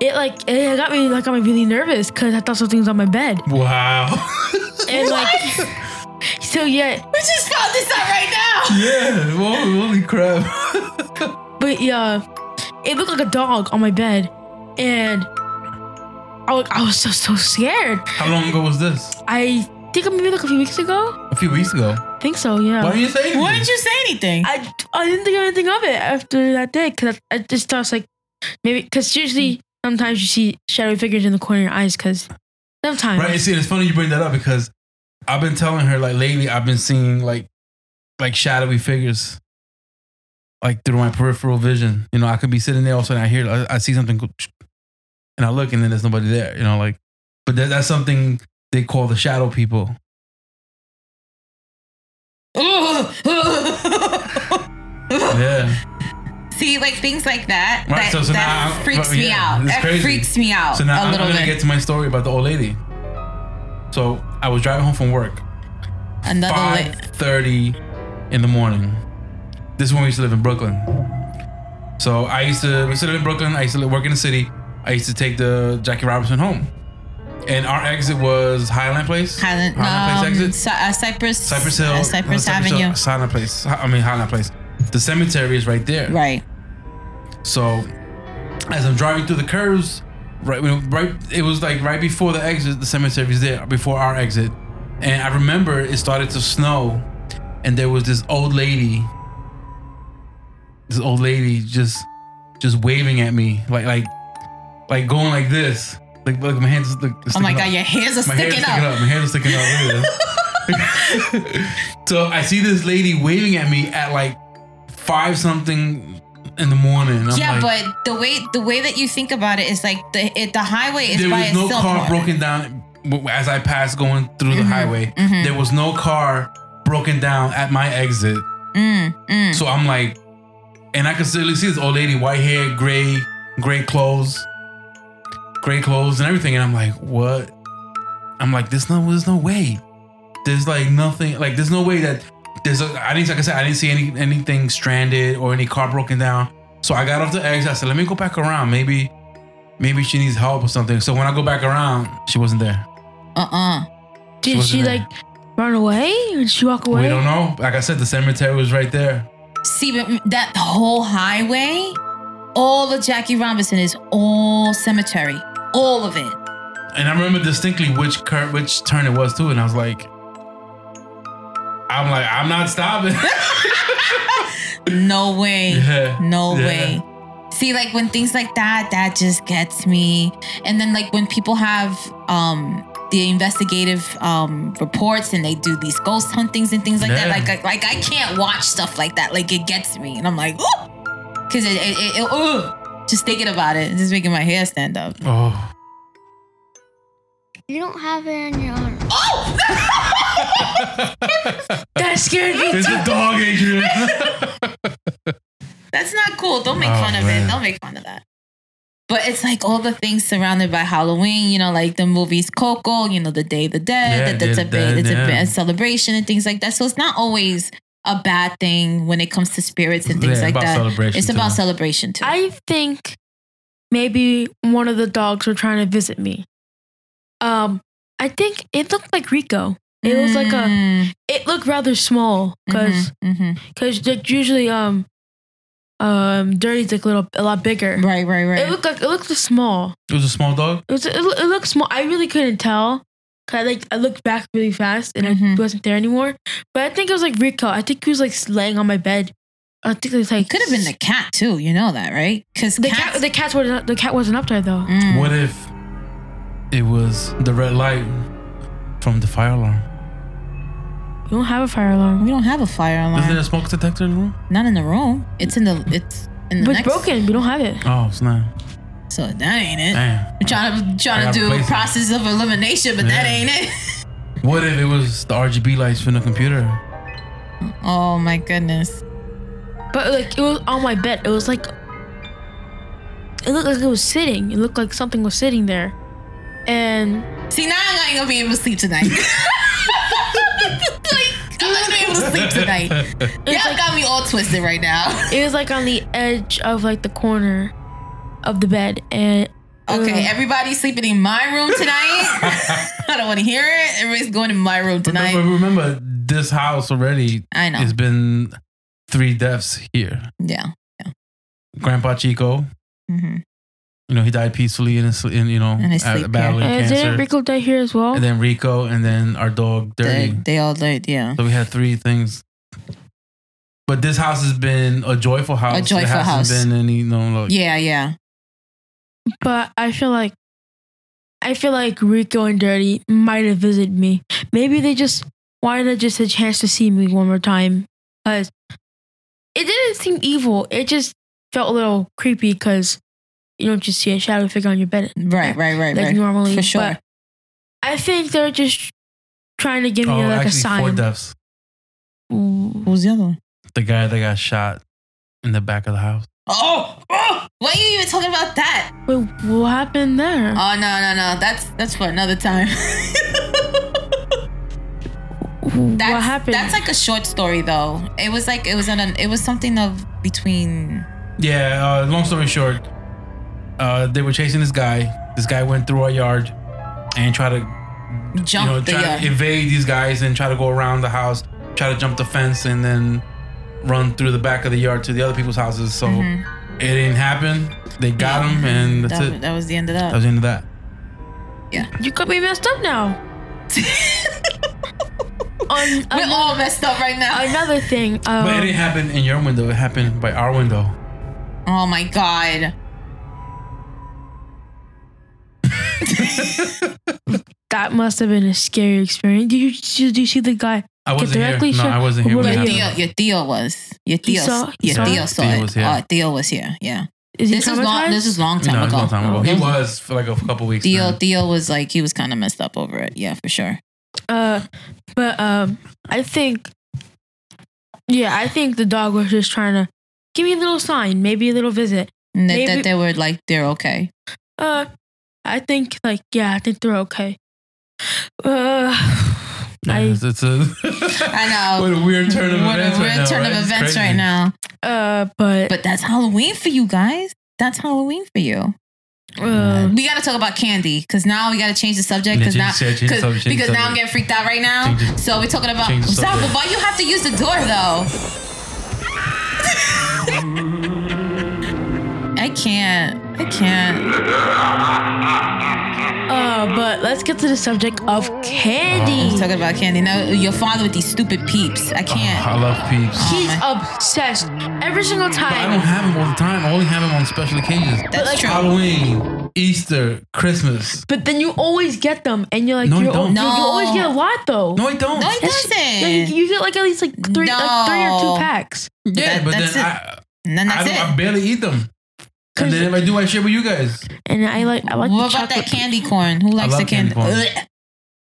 [SPEAKER 3] it like it got me like got me really nervous because I thought something was on my bed,
[SPEAKER 2] Wow.
[SPEAKER 3] and like, so yeah,
[SPEAKER 4] we just found this out right now.
[SPEAKER 2] yeah. Whoa, holy crap.
[SPEAKER 3] But yeah, it looked like a dog on my bed, and I was, I was so so scared.
[SPEAKER 2] How long ago was this?
[SPEAKER 3] I think maybe like a few weeks ago.
[SPEAKER 2] A few weeks ago.
[SPEAKER 3] I think so. Yeah.
[SPEAKER 2] Why didn't you say anything?
[SPEAKER 4] Why didn't you say anything?
[SPEAKER 3] I, I didn't think of anything of it after that day because I, I just thought it's like maybe because usually sometimes you see shadowy figures in the corner of your eyes because sometimes
[SPEAKER 2] Right. And see, it's funny you bring that up because I've been telling her like lately I've been seeing like like shadowy figures like through my peripheral vision. You know, I could be sitting there all of a sudden I hear I, I see something go, and I look and then there's nobody there. You know, like but that, that's something they call the shadow people. Yeah.
[SPEAKER 4] See, like things like that,
[SPEAKER 2] Right,
[SPEAKER 4] that,
[SPEAKER 2] so- so
[SPEAKER 4] that
[SPEAKER 2] now-
[SPEAKER 4] freaks me
[SPEAKER 2] yeah,
[SPEAKER 4] out.
[SPEAKER 2] it's
[SPEAKER 4] That
[SPEAKER 2] crazy.
[SPEAKER 4] freaks me out
[SPEAKER 2] So now
[SPEAKER 4] Oh, a
[SPEAKER 2] I'm
[SPEAKER 4] little
[SPEAKER 2] gonna
[SPEAKER 4] bit.
[SPEAKER 2] get to my story about the old lady. So I was driving home from work,
[SPEAKER 4] Another
[SPEAKER 2] five
[SPEAKER 4] li-
[SPEAKER 2] thirty in the morning. This is when we used to live in Brooklyn. So I used to we used to live in Brooklyn. I used to live, work in the city. I used to take the Jackie Robinson home, and our exit was Highland Place.
[SPEAKER 4] Highland, um,
[SPEAKER 2] Place exit.
[SPEAKER 4] Cy- uh, Cypress,
[SPEAKER 2] Cypress Hill.
[SPEAKER 4] uh,
[SPEAKER 2] no,
[SPEAKER 4] Cypress
[SPEAKER 2] Hill,
[SPEAKER 4] Avenue.
[SPEAKER 2] Highland Place. Hi- I mean Highland Place. The cemetery is right there.
[SPEAKER 4] Right.
[SPEAKER 2] So as I'm driving through the curves, right when right it was like right before the exit, the cemetery's there, before our exit. And I remember it started to snow and there was this old lady. This old lady just just waving at me. Like like like going like this. Like like my hands like,
[SPEAKER 4] Oh my
[SPEAKER 2] sticking
[SPEAKER 4] god,
[SPEAKER 2] up.
[SPEAKER 4] your hairs are
[SPEAKER 2] My hair's
[SPEAKER 4] sticking
[SPEAKER 2] sticking
[SPEAKER 4] up.
[SPEAKER 2] up. My hair's sticking up. Look at this. so I see this lady waving at me at like five something in the morning. I'm
[SPEAKER 4] Yeah,
[SPEAKER 2] like,
[SPEAKER 4] but the way the way that you think about it is like the it, the highway is
[SPEAKER 2] there
[SPEAKER 4] by
[SPEAKER 2] was no
[SPEAKER 4] itself.
[SPEAKER 2] car
[SPEAKER 4] more.
[SPEAKER 2] broken down w- as I passed going through the highway.
[SPEAKER 4] mhm.
[SPEAKER 2] There was no car broken down at my exit.
[SPEAKER 4] Mm, mm.
[SPEAKER 2] So I'm like, and I can still see this old lady, white hair, gray, gray clothes, gray clothes, and everything. And I'm like, what? I'm like, there's no, there's no way. There's like nothing. Like there's no way that there's. A, I didn't like I said. I didn't see any anything stranded or any car broken down. So I got off the exit. I said, let me go back around. Maybe, maybe she needs help or something. So when I go back around, she wasn't there.
[SPEAKER 4] Uh uh
[SPEAKER 3] did
[SPEAKER 2] wasn't
[SPEAKER 3] she
[SPEAKER 2] there.
[SPEAKER 3] like run away or did she walk
[SPEAKER 2] We
[SPEAKER 3] away?
[SPEAKER 2] don't know. Like I said, the cemetery was right there.
[SPEAKER 4] See, but that whole highway, all of Jackie Robinson is all cemetery, all of it.
[SPEAKER 2] And I remember distinctly which cur- which turn it was too, and I was like, I'm like, I'm not stopping.
[SPEAKER 4] No way.
[SPEAKER 2] Yeah.
[SPEAKER 4] No
[SPEAKER 2] Yeah.
[SPEAKER 4] way. See, like when things like that, that just gets me. And then like when people have um the investigative um reports and they do these ghost huntings and things like
[SPEAKER 2] Yeah.
[SPEAKER 4] that. Like, like like I can't watch stuff like that. Like it gets me, and I'm like, oh, because it, it, it, it ugh. just thinking about it, it's just making my hair stand up.
[SPEAKER 2] oh,
[SPEAKER 1] You don't have it in your arm.
[SPEAKER 4] Oh,
[SPEAKER 3] That scared me.
[SPEAKER 2] it's a dog, Adrian.
[SPEAKER 4] that's not cool. Don't make
[SPEAKER 2] Oh,
[SPEAKER 4] fun of
[SPEAKER 2] man.
[SPEAKER 4] it. Don't make fun of that. But it's like all the things surrounded by Halloween, you know, like the movies Coco, you know, the Day of the Dead,
[SPEAKER 2] Yeah,
[SPEAKER 4] that that's
[SPEAKER 2] Day
[SPEAKER 4] a
[SPEAKER 2] of the
[SPEAKER 4] big,
[SPEAKER 2] Dead,
[SPEAKER 4] it's a,
[SPEAKER 2] yeah.
[SPEAKER 4] big celebration and things like that. So it's not always a bad thing when it comes to spirits and things
[SPEAKER 2] Yeah,
[SPEAKER 4] like
[SPEAKER 2] about
[SPEAKER 4] that.
[SPEAKER 2] celebration
[SPEAKER 4] It's about
[SPEAKER 2] too.
[SPEAKER 4] celebration too.
[SPEAKER 3] I think maybe one of the dogs were trying to visit me. Um, I think it looked like Rico. It was like a.
[SPEAKER 4] Mm,
[SPEAKER 3] It looked rather small because
[SPEAKER 4] mhm,
[SPEAKER 3] because like usually um um Dirty's like little a lot bigger.
[SPEAKER 4] mhm. right, right, right.
[SPEAKER 3] It looked like it looked small.
[SPEAKER 2] It was a small dog.
[SPEAKER 3] It was it, loo- it looked small. I really couldn't tell. 'Cause I like I looked back really fast and I
[SPEAKER 4] Mhm.
[SPEAKER 3] wasn't there anymore. But I think it was like Rico. I think he was like laying on my bed I think it's like
[SPEAKER 4] Could have been the cat too. You know that, right? Because
[SPEAKER 3] the cat. The cat wasn't. The cat wasn't up there though.
[SPEAKER 4] Mm.
[SPEAKER 2] What if it was the red light from the fire alarm?
[SPEAKER 3] We don't have a fire alarm.
[SPEAKER 4] we don't have a fire
[SPEAKER 2] Isn't
[SPEAKER 4] alarm.
[SPEAKER 2] there a smoke detector in the room?
[SPEAKER 4] Not in the room. It's in the. It's in the
[SPEAKER 3] But it's
[SPEAKER 4] next.
[SPEAKER 3] broken. We don't have it.
[SPEAKER 2] Oh, it's not.
[SPEAKER 4] So that ain't it.
[SPEAKER 2] Damn.
[SPEAKER 4] I'm trying to trying
[SPEAKER 2] I gotta
[SPEAKER 4] to do
[SPEAKER 2] replace it.
[SPEAKER 4] process of elimination, but that
[SPEAKER 2] Yeah.
[SPEAKER 4] ain't it.
[SPEAKER 2] What if it was the RGB lights from the computer?
[SPEAKER 4] Oh my goodness.
[SPEAKER 3] But like it was on my bed. It was like it looked like it was sitting. It looked like something was sitting there. And
[SPEAKER 4] See, now I ain't gonna be able to sleep tonight. Like, I'm not gonna be able to sleep tonight. Y'all got me all twisted right now.
[SPEAKER 3] it was like on the edge of like the corner of the bed. And
[SPEAKER 4] Okay,
[SPEAKER 3] Ugh.
[SPEAKER 4] everybody sleeping in my room tonight. I don't want to hear it. Everybody's going in my room tonight.
[SPEAKER 2] Remember, remember, this house already
[SPEAKER 4] I know.
[SPEAKER 2] has been three deaths here.
[SPEAKER 4] Yeah.
[SPEAKER 2] Grandpa Chico,
[SPEAKER 4] hmm
[SPEAKER 2] you know, he died peacefully in, his, in you know,
[SPEAKER 4] In his
[SPEAKER 2] uh,
[SPEAKER 4] sleep, yeah.
[SPEAKER 2] battling
[SPEAKER 3] and didn't
[SPEAKER 2] cancer.
[SPEAKER 3] Rico die here as well?
[SPEAKER 2] and then Rico, and then our dog Dirty.
[SPEAKER 4] They, they all did. Yeah.
[SPEAKER 2] So we had three things. But this house has been a joyful house.
[SPEAKER 4] joyful
[SPEAKER 2] there hasn't
[SPEAKER 4] house.
[SPEAKER 2] Been any, no, like,
[SPEAKER 4] Yeah. Yeah.
[SPEAKER 3] But I feel like I feel like Rico and Dirty might have visited me. Maybe they just wanted just a chance to see me one more time. Cause it didn't seem evil. It just felt a little creepy because you don't just see a shadow figure on your bed
[SPEAKER 4] Right. Right. Right.
[SPEAKER 3] like
[SPEAKER 4] right.
[SPEAKER 3] normally.
[SPEAKER 4] For sure.
[SPEAKER 3] But I think they're just trying to give me
[SPEAKER 2] oh,
[SPEAKER 3] like
[SPEAKER 2] actually, four
[SPEAKER 3] a sign.
[SPEAKER 2] deaths.
[SPEAKER 3] Ooh.
[SPEAKER 4] Who's the other one?
[SPEAKER 2] The guy that got shot in the back of the house.
[SPEAKER 4] Oh, oh! Why are you even talking about that?
[SPEAKER 3] Wait, what happened there?
[SPEAKER 4] Oh no, no, no. That's that's for another time. that's,
[SPEAKER 3] what happened?
[SPEAKER 4] That's like a short story though. It was like it was an it was something of between.
[SPEAKER 2] Yeah, uh, long story short, uh, they were chasing this guy. This guy went through our yard and tried to
[SPEAKER 4] Jump
[SPEAKER 2] you know,
[SPEAKER 4] the
[SPEAKER 2] try
[SPEAKER 4] yard.
[SPEAKER 2] to evade these guys and try to go around the house, try to jump the fence and then run through the back of the yard to the other people's houses. So
[SPEAKER 4] Mm-hmm.
[SPEAKER 2] it didn't happen. They got him and that's
[SPEAKER 4] that,
[SPEAKER 2] it.
[SPEAKER 4] that was the end of
[SPEAKER 2] That was the
[SPEAKER 4] that.
[SPEAKER 2] end of that.
[SPEAKER 3] you got me messed up now. On
[SPEAKER 4] We're
[SPEAKER 3] ano-
[SPEAKER 4] all messed up right now.
[SPEAKER 3] another thing. Um,
[SPEAKER 2] But it didn't happen in your window. It happened by our window.
[SPEAKER 4] Oh my god.
[SPEAKER 3] That must have been a scary experience. Did you, did you see the guy?
[SPEAKER 2] I wasn't here.
[SPEAKER 3] directly
[SPEAKER 2] No,
[SPEAKER 3] shot-
[SPEAKER 2] I wasn't here.
[SPEAKER 3] What
[SPEAKER 2] when
[SPEAKER 3] about
[SPEAKER 2] it
[SPEAKER 3] you?
[SPEAKER 4] Theo,
[SPEAKER 2] happened.
[SPEAKER 4] your Theo was your Theo.
[SPEAKER 3] saw- he
[SPEAKER 4] your
[SPEAKER 3] saw
[SPEAKER 4] Theo
[SPEAKER 2] it?
[SPEAKER 4] saw
[SPEAKER 2] Theo
[SPEAKER 4] it.
[SPEAKER 2] was here.
[SPEAKER 4] Oh, Theo was here. Yeah.
[SPEAKER 3] Is he
[SPEAKER 4] This is long. This is long time
[SPEAKER 2] No, it was
[SPEAKER 4] ago.
[SPEAKER 2] a long time ago. He
[SPEAKER 4] This-
[SPEAKER 2] was for like a couple weeks.
[SPEAKER 4] Theo.
[SPEAKER 2] man.
[SPEAKER 4] Theo was like he was kind of messed up over it. Yeah, for sure.
[SPEAKER 3] Uh, but um, I think, yeah, I think the dog was just trying to give me a little sign, maybe a little visit.
[SPEAKER 4] And that,
[SPEAKER 3] Maybe-
[SPEAKER 4] that they were like they're okay.
[SPEAKER 3] Uh, I think like yeah, I think they're okay. Uh,
[SPEAKER 2] Yeah,
[SPEAKER 3] I
[SPEAKER 2] it's, it's a
[SPEAKER 4] I know.
[SPEAKER 2] what a weird turn of
[SPEAKER 4] what
[SPEAKER 2] events.
[SPEAKER 4] a
[SPEAKER 2] right
[SPEAKER 4] weird
[SPEAKER 2] now,
[SPEAKER 4] turn
[SPEAKER 2] right?
[SPEAKER 4] of
[SPEAKER 2] It's
[SPEAKER 4] events
[SPEAKER 2] crazy.
[SPEAKER 4] right now.
[SPEAKER 3] uh, but
[SPEAKER 4] But that's Halloween for you guys. That's Halloween for you.
[SPEAKER 3] uh,
[SPEAKER 4] We got to talk about candy because now we got to change the subject because
[SPEAKER 2] Yeah,
[SPEAKER 4] now
[SPEAKER 2] change- yeah, change the
[SPEAKER 4] 'cause-
[SPEAKER 2] subject, change
[SPEAKER 4] because
[SPEAKER 2] the
[SPEAKER 4] now I'm
[SPEAKER 2] subject.
[SPEAKER 4] getting freaked out right now.
[SPEAKER 2] Change the-
[SPEAKER 4] So we're talking about
[SPEAKER 2] change the
[SPEAKER 4] Stop,
[SPEAKER 2] subject.
[SPEAKER 4] why you have to use the door though? I can't. I can't.
[SPEAKER 3] uh, but let's get to the subject of
[SPEAKER 4] He's
[SPEAKER 3] candy.
[SPEAKER 4] talking about candy now. Your father with these stupid peeps. I can't.
[SPEAKER 2] Oh, I love peeps.
[SPEAKER 3] He's obsessed every single
[SPEAKER 2] I don't
[SPEAKER 3] time.
[SPEAKER 2] have them all the time. I only have them on special occasions.
[SPEAKER 4] That's
[SPEAKER 3] like-
[SPEAKER 4] true.
[SPEAKER 2] Halloween, Easter, Christmas.
[SPEAKER 3] But then you always get them, and you're like,
[SPEAKER 2] No, you
[SPEAKER 3] you're al-
[SPEAKER 2] don't.
[SPEAKER 3] you you always
[SPEAKER 4] No.
[SPEAKER 3] get a lot though.
[SPEAKER 2] No, I don't.
[SPEAKER 4] No, he
[SPEAKER 3] That's- Yeah, you,
[SPEAKER 4] doesn't.
[SPEAKER 3] you get like at least like three, like three or
[SPEAKER 4] No.
[SPEAKER 3] two packs.
[SPEAKER 2] yeah,
[SPEAKER 4] That-
[SPEAKER 2] but
[SPEAKER 4] that's
[SPEAKER 2] then
[SPEAKER 4] it.
[SPEAKER 2] I,
[SPEAKER 4] And then
[SPEAKER 2] I,
[SPEAKER 4] that's
[SPEAKER 2] don't, I
[SPEAKER 4] it.
[SPEAKER 2] barely eat them. And then if I do, I share with you guys.
[SPEAKER 3] And I like, I like
[SPEAKER 4] What
[SPEAKER 3] the
[SPEAKER 4] about
[SPEAKER 3] chocolate.
[SPEAKER 4] that candy corn? Who likes the
[SPEAKER 2] love
[SPEAKER 4] candy?
[SPEAKER 2] candy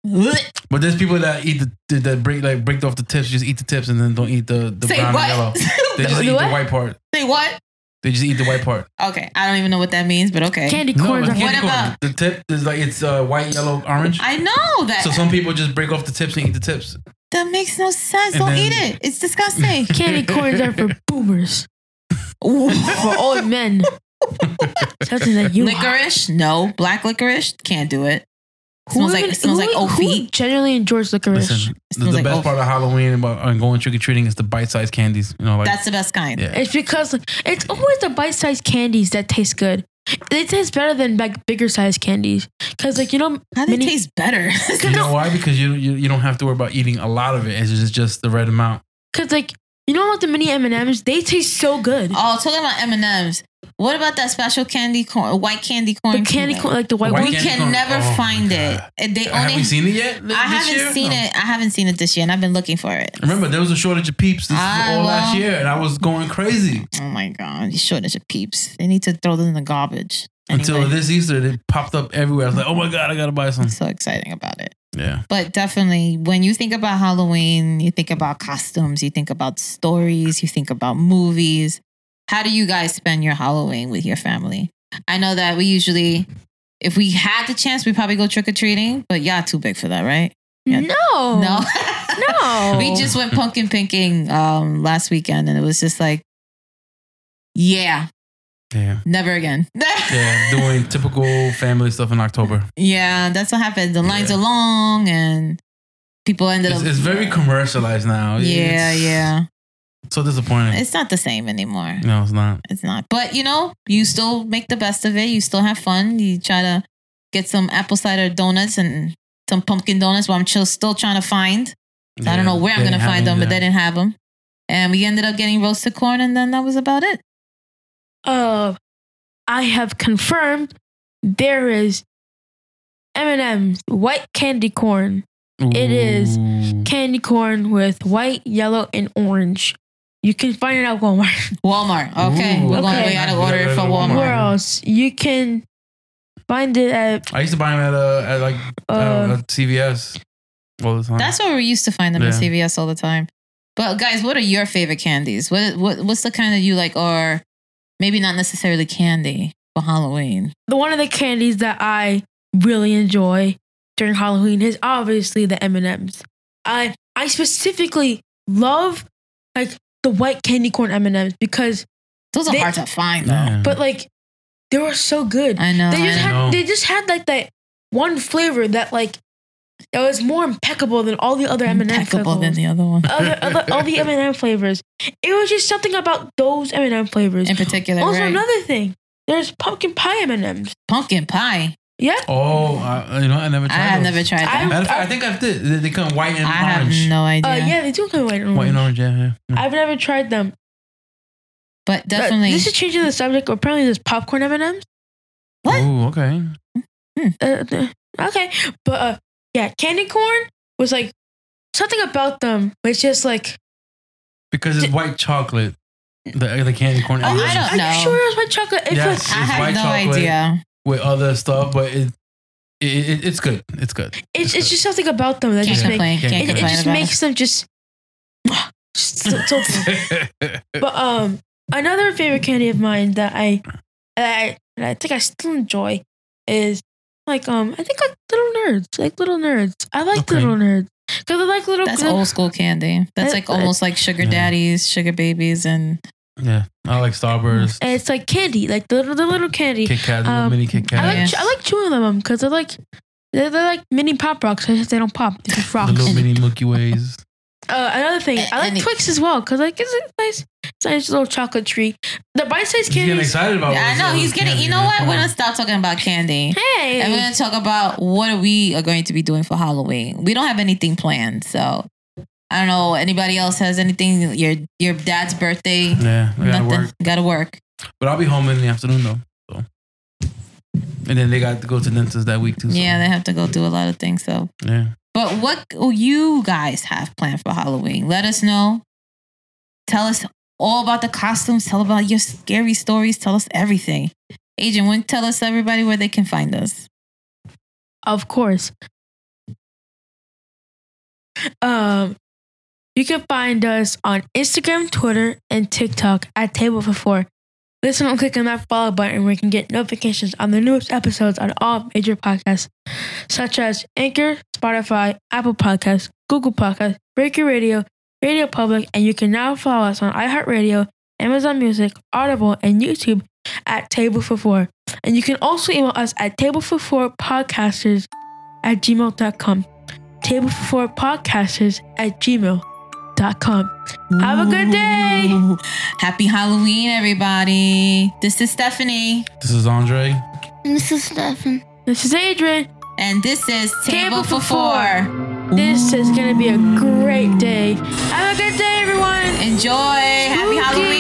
[SPEAKER 4] Ugh. Ugh.
[SPEAKER 2] But there's people that eat the- the that break like break off the tips, just eat the tips, and then don't eat the the
[SPEAKER 4] Say
[SPEAKER 2] brown and yellow.
[SPEAKER 4] what?
[SPEAKER 2] They just
[SPEAKER 3] The
[SPEAKER 2] eat
[SPEAKER 3] what?
[SPEAKER 2] the white part.
[SPEAKER 4] Say what?
[SPEAKER 2] They just eat the white part.
[SPEAKER 4] Okay, I don't even know what that means, but okay.
[SPEAKER 3] Candy
[SPEAKER 2] No,
[SPEAKER 3] corns.
[SPEAKER 2] it's
[SPEAKER 3] are
[SPEAKER 2] candy
[SPEAKER 4] What
[SPEAKER 2] corn.
[SPEAKER 4] about-
[SPEAKER 2] the tip is like it's uh, white, yellow, orange.
[SPEAKER 4] I know that.
[SPEAKER 2] So some people just break off the tips and eat the tips.
[SPEAKER 4] that makes no sense.
[SPEAKER 2] And
[SPEAKER 4] Don't
[SPEAKER 2] then-
[SPEAKER 4] eat it. It's disgusting.
[SPEAKER 3] candy corns are for boomers, for old men. Something that you
[SPEAKER 4] licorice? No. Black licorice? Can't do it. smells like-
[SPEAKER 3] even-
[SPEAKER 4] smells like
[SPEAKER 3] who-
[SPEAKER 4] old
[SPEAKER 3] who
[SPEAKER 4] feet.
[SPEAKER 3] Generally enjoys licorice.
[SPEAKER 2] Listen, the,
[SPEAKER 4] smells
[SPEAKER 2] the
[SPEAKER 4] like
[SPEAKER 2] best
[SPEAKER 4] oaf.
[SPEAKER 2] part of Halloween about and going trick or treating is the bite sized candies. You know, like
[SPEAKER 4] That's the best kind.
[SPEAKER 2] yeah.
[SPEAKER 3] It's because it's always the bite-sized candies that taste good. They taste better than like bigger-sized candies because like you know
[SPEAKER 4] How do they
[SPEAKER 3] many-
[SPEAKER 4] taste better?
[SPEAKER 2] You know why? Because you, you you don't have to worry about eating a lot of it. It's just, it's just the right amount.
[SPEAKER 3] Cause like You know what the mini M and M's? They taste so good.
[SPEAKER 4] Oh, talking about M and M's. What about that special candy corn, white candy corn?
[SPEAKER 3] the candy
[SPEAKER 4] peanut?
[SPEAKER 3] corn, like the white,
[SPEAKER 2] White
[SPEAKER 3] one.
[SPEAKER 4] We
[SPEAKER 2] candy
[SPEAKER 4] can
[SPEAKER 2] corn.
[SPEAKER 4] never
[SPEAKER 2] Oh my
[SPEAKER 4] find it.
[SPEAKER 2] God.
[SPEAKER 4] And They
[SPEAKER 2] I
[SPEAKER 4] only.
[SPEAKER 2] haven't seen it yet.
[SPEAKER 4] I haven't seen it. I haven't seen it this year, and I've been looking for it.
[SPEAKER 2] Remember, there was a shortage of peeps this
[SPEAKER 4] Ah,
[SPEAKER 2] all last
[SPEAKER 4] well.
[SPEAKER 2] year, and I was going crazy
[SPEAKER 4] Oh my god, these shortage of peeps. They need to throw them in the garbage.
[SPEAKER 2] until
[SPEAKER 4] Anyway,
[SPEAKER 2] this Easter. It popped up everywhere. I was like, "Oh my god, I gotta buy some."
[SPEAKER 4] I'm so exciting about it.
[SPEAKER 2] Yeah,
[SPEAKER 4] But definitely, when you think about Halloween, you think about costumes, you think about stories, you think about movies. How do you guys spend your Halloween with your family? I know that we usually, if we had the chance, we probably go trick or treating. But y'all too big for that, right? Yeah.
[SPEAKER 3] No,
[SPEAKER 4] No.
[SPEAKER 3] no.
[SPEAKER 4] we just went pumpkin pinking um, last weekend, and it was just like, yeah,
[SPEAKER 2] yeah,
[SPEAKER 4] never again.
[SPEAKER 2] yeah. Doing typical family stuff in October.
[SPEAKER 4] Yeah, that's what happened. The lines are long and people ended
[SPEAKER 2] It's,
[SPEAKER 4] up.
[SPEAKER 2] it's very commercialized now.
[SPEAKER 4] Yeah,
[SPEAKER 2] It's
[SPEAKER 4] yeah.
[SPEAKER 2] So disappointing.
[SPEAKER 4] It's not the same anymore.
[SPEAKER 2] no, it's not.
[SPEAKER 4] It's not. But you know, you still make the best of it. You still have fun. You try to get some apple cider donuts and some pumpkin donuts, while I'm still still trying to find. So I don't know where I'm going to find them, but they didn't have them. And we ended up getting roasted corn, and then that was about it.
[SPEAKER 3] uh, I have confirmed there is M and M's white candy corn,
[SPEAKER 2] didn't.
[SPEAKER 3] it is. candy corn with white, yellow, and orange. You can find it at Walmart.
[SPEAKER 4] Walmart. Okay,
[SPEAKER 2] Ooh.
[SPEAKER 4] we're going.
[SPEAKER 3] Okay.
[SPEAKER 4] We got to order it from
[SPEAKER 2] Walmart.
[SPEAKER 3] Where
[SPEAKER 4] Walmart.
[SPEAKER 3] else? You can find it at
[SPEAKER 2] I used to buy them at uh at like I don't know,
[SPEAKER 3] uh,
[SPEAKER 2] at CVS all the time.
[SPEAKER 4] That's where we used to find them at
[SPEAKER 2] Yeah.
[SPEAKER 4] CVS all the time. But guys, what are your favorite candies? What what what's the kind that you like, or maybe not necessarily candy for Halloween?
[SPEAKER 3] the one of the candies that I really enjoy during Halloween is obviously the M and M's. I I specifically love like the white candy corn M and M's because,
[SPEAKER 4] Those are
[SPEAKER 3] They-
[SPEAKER 4] hard to find though.
[SPEAKER 2] Yeah.
[SPEAKER 3] but like, they were so good.
[SPEAKER 4] I know.
[SPEAKER 3] They
[SPEAKER 4] I
[SPEAKER 3] just
[SPEAKER 4] know.
[SPEAKER 2] know.
[SPEAKER 3] had they just had like that one flavor that like that was more impeccable than all the other M and m
[SPEAKER 4] impeccable than the other one
[SPEAKER 3] other, other, all the M and M flavors. It was just something about those M and M flavors.
[SPEAKER 4] in particular.
[SPEAKER 3] also,
[SPEAKER 4] right?
[SPEAKER 3] another thing, there's pumpkin pie M and M's.
[SPEAKER 4] pumpkin pie.
[SPEAKER 3] Yeah,
[SPEAKER 2] oh, I, you know, I never
[SPEAKER 4] I
[SPEAKER 2] tried.
[SPEAKER 4] have
[SPEAKER 2] those.
[SPEAKER 4] never tried that.
[SPEAKER 2] Matter of fact, I think I did. They- They come white
[SPEAKER 4] I
[SPEAKER 2] and
[SPEAKER 4] have
[SPEAKER 2] orange.
[SPEAKER 4] no idea.
[SPEAKER 3] uh, yeah, they do come white and
[SPEAKER 2] White
[SPEAKER 3] orange.
[SPEAKER 2] and orange, yeah. yeah. yeah.
[SPEAKER 3] I've never tried them.
[SPEAKER 4] But
[SPEAKER 3] Uh,
[SPEAKER 4] definitely,
[SPEAKER 3] this is changing the subject. Apparently, there's popcorn M and M's.
[SPEAKER 4] What?
[SPEAKER 2] Ooh, okay.
[SPEAKER 3] Uh, uh, okay, but uh, yeah, candy corn was like something about them. It's just like
[SPEAKER 2] Because it's white chocolate. The, the candy corn.
[SPEAKER 4] Oh,
[SPEAKER 2] and
[SPEAKER 4] I
[SPEAKER 2] orange.
[SPEAKER 4] don't
[SPEAKER 3] are
[SPEAKER 4] know.
[SPEAKER 3] you sure it was white chocolate? It
[SPEAKER 2] Yes.
[SPEAKER 3] feels-
[SPEAKER 4] I
[SPEAKER 2] It's
[SPEAKER 4] have
[SPEAKER 2] white
[SPEAKER 4] no
[SPEAKER 2] chocolate.
[SPEAKER 4] idea.
[SPEAKER 2] with other stuff, but it, it, it it's good. It's good.
[SPEAKER 3] it's, it's just something about them that
[SPEAKER 4] Can't
[SPEAKER 3] just makes
[SPEAKER 4] complain.
[SPEAKER 2] Can't
[SPEAKER 4] Can't
[SPEAKER 3] it, it
[SPEAKER 4] complain
[SPEAKER 3] just
[SPEAKER 4] about
[SPEAKER 3] makes them just, just so, so good.
[SPEAKER 2] good.
[SPEAKER 3] But um, another favorite candy of mine that I, that I, that I think I still enjoy is like um, I think like little nerds, like little nerds. I like
[SPEAKER 2] Okay.
[SPEAKER 3] little nerds because I like little.
[SPEAKER 4] That's old school candy. That's
[SPEAKER 3] Uh,
[SPEAKER 4] like
[SPEAKER 3] uh,
[SPEAKER 4] almost like sugar
[SPEAKER 2] Yeah.
[SPEAKER 4] daddies, sugar babies, and
[SPEAKER 2] yeah, I like Starburst,
[SPEAKER 3] And it's like candy, like the little, the little candy.
[SPEAKER 2] Kit Kat, little
[SPEAKER 3] Um,
[SPEAKER 2] mini Kit
[SPEAKER 3] I
[SPEAKER 2] Kat,
[SPEAKER 3] like
[SPEAKER 4] Yes.
[SPEAKER 3] I like chewing them because they're like they're, they're like mini pop rocks. They just- they don't pop. They're just
[SPEAKER 2] the
[SPEAKER 3] rocks.
[SPEAKER 2] little mini Milky Ways.
[SPEAKER 3] Uh, another thing, I like
[SPEAKER 4] Any-
[SPEAKER 3] Twix as well because like it's a nice, it's a nice little chocolate treat. The bite-sized
[SPEAKER 2] He's getting
[SPEAKER 3] candies.
[SPEAKER 2] excited about.
[SPEAKER 4] I
[SPEAKER 2] those- uh,
[SPEAKER 4] know
[SPEAKER 2] those
[SPEAKER 4] he's getting.
[SPEAKER 2] candies,
[SPEAKER 4] You know
[SPEAKER 2] man.
[SPEAKER 4] what?
[SPEAKER 2] Come
[SPEAKER 4] We're
[SPEAKER 2] Oh, on.
[SPEAKER 4] gonna stop talking about candy.
[SPEAKER 3] Hey,
[SPEAKER 4] And we're going to talk about what are we are going to be doing for Halloween. We don't have anything planned, so I don't know. Anybody else has anything? Your your dad's birthday?
[SPEAKER 2] Yeah, I gotta
[SPEAKER 4] Nothing.
[SPEAKER 2] work,
[SPEAKER 4] Gotta work.
[SPEAKER 2] but I'll be home in the afternoon though. So, and then they got to go to dentist that week too. So.
[SPEAKER 4] Yeah, they have to go do a lot of things. So,
[SPEAKER 2] yeah.
[SPEAKER 4] but what you guys have planned for Halloween? Let us know. Tell us all about the costumes. Tell about your scary stories. Tell us everything. Agent, when tell us everybody where they can find us.
[SPEAKER 3] of course. Um, you can find us on Instagram, Twitter, and TikTok at Table for Four. Listen and click on that follow button where you can get notifications on the newest episodes on all major podcasts, such as Anchor, Spotify, Apple Podcasts, Google Podcasts, Breaker Radio, Radio Public, and you can now follow us on iHeartRadio, Amazon Music, Audible, and YouTube at Table for Four. And you can also email us at table for four podcasters at gmail.com. Table for four podcasters at gmail.com. Have a good day.
[SPEAKER 4] Ooh. Happy Halloween, everybody. This is Stephanie.
[SPEAKER 2] This is Andre.
[SPEAKER 1] And this is Stefan.
[SPEAKER 3] This is Adrian.
[SPEAKER 4] And this is Table, for Four.
[SPEAKER 3] This is gonna be a great day. Have a good day, everyone.
[SPEAKER 4] Enjoy.
[SPEAKER 3] Spooky.
[SPEAKER 4] Happy Halloween.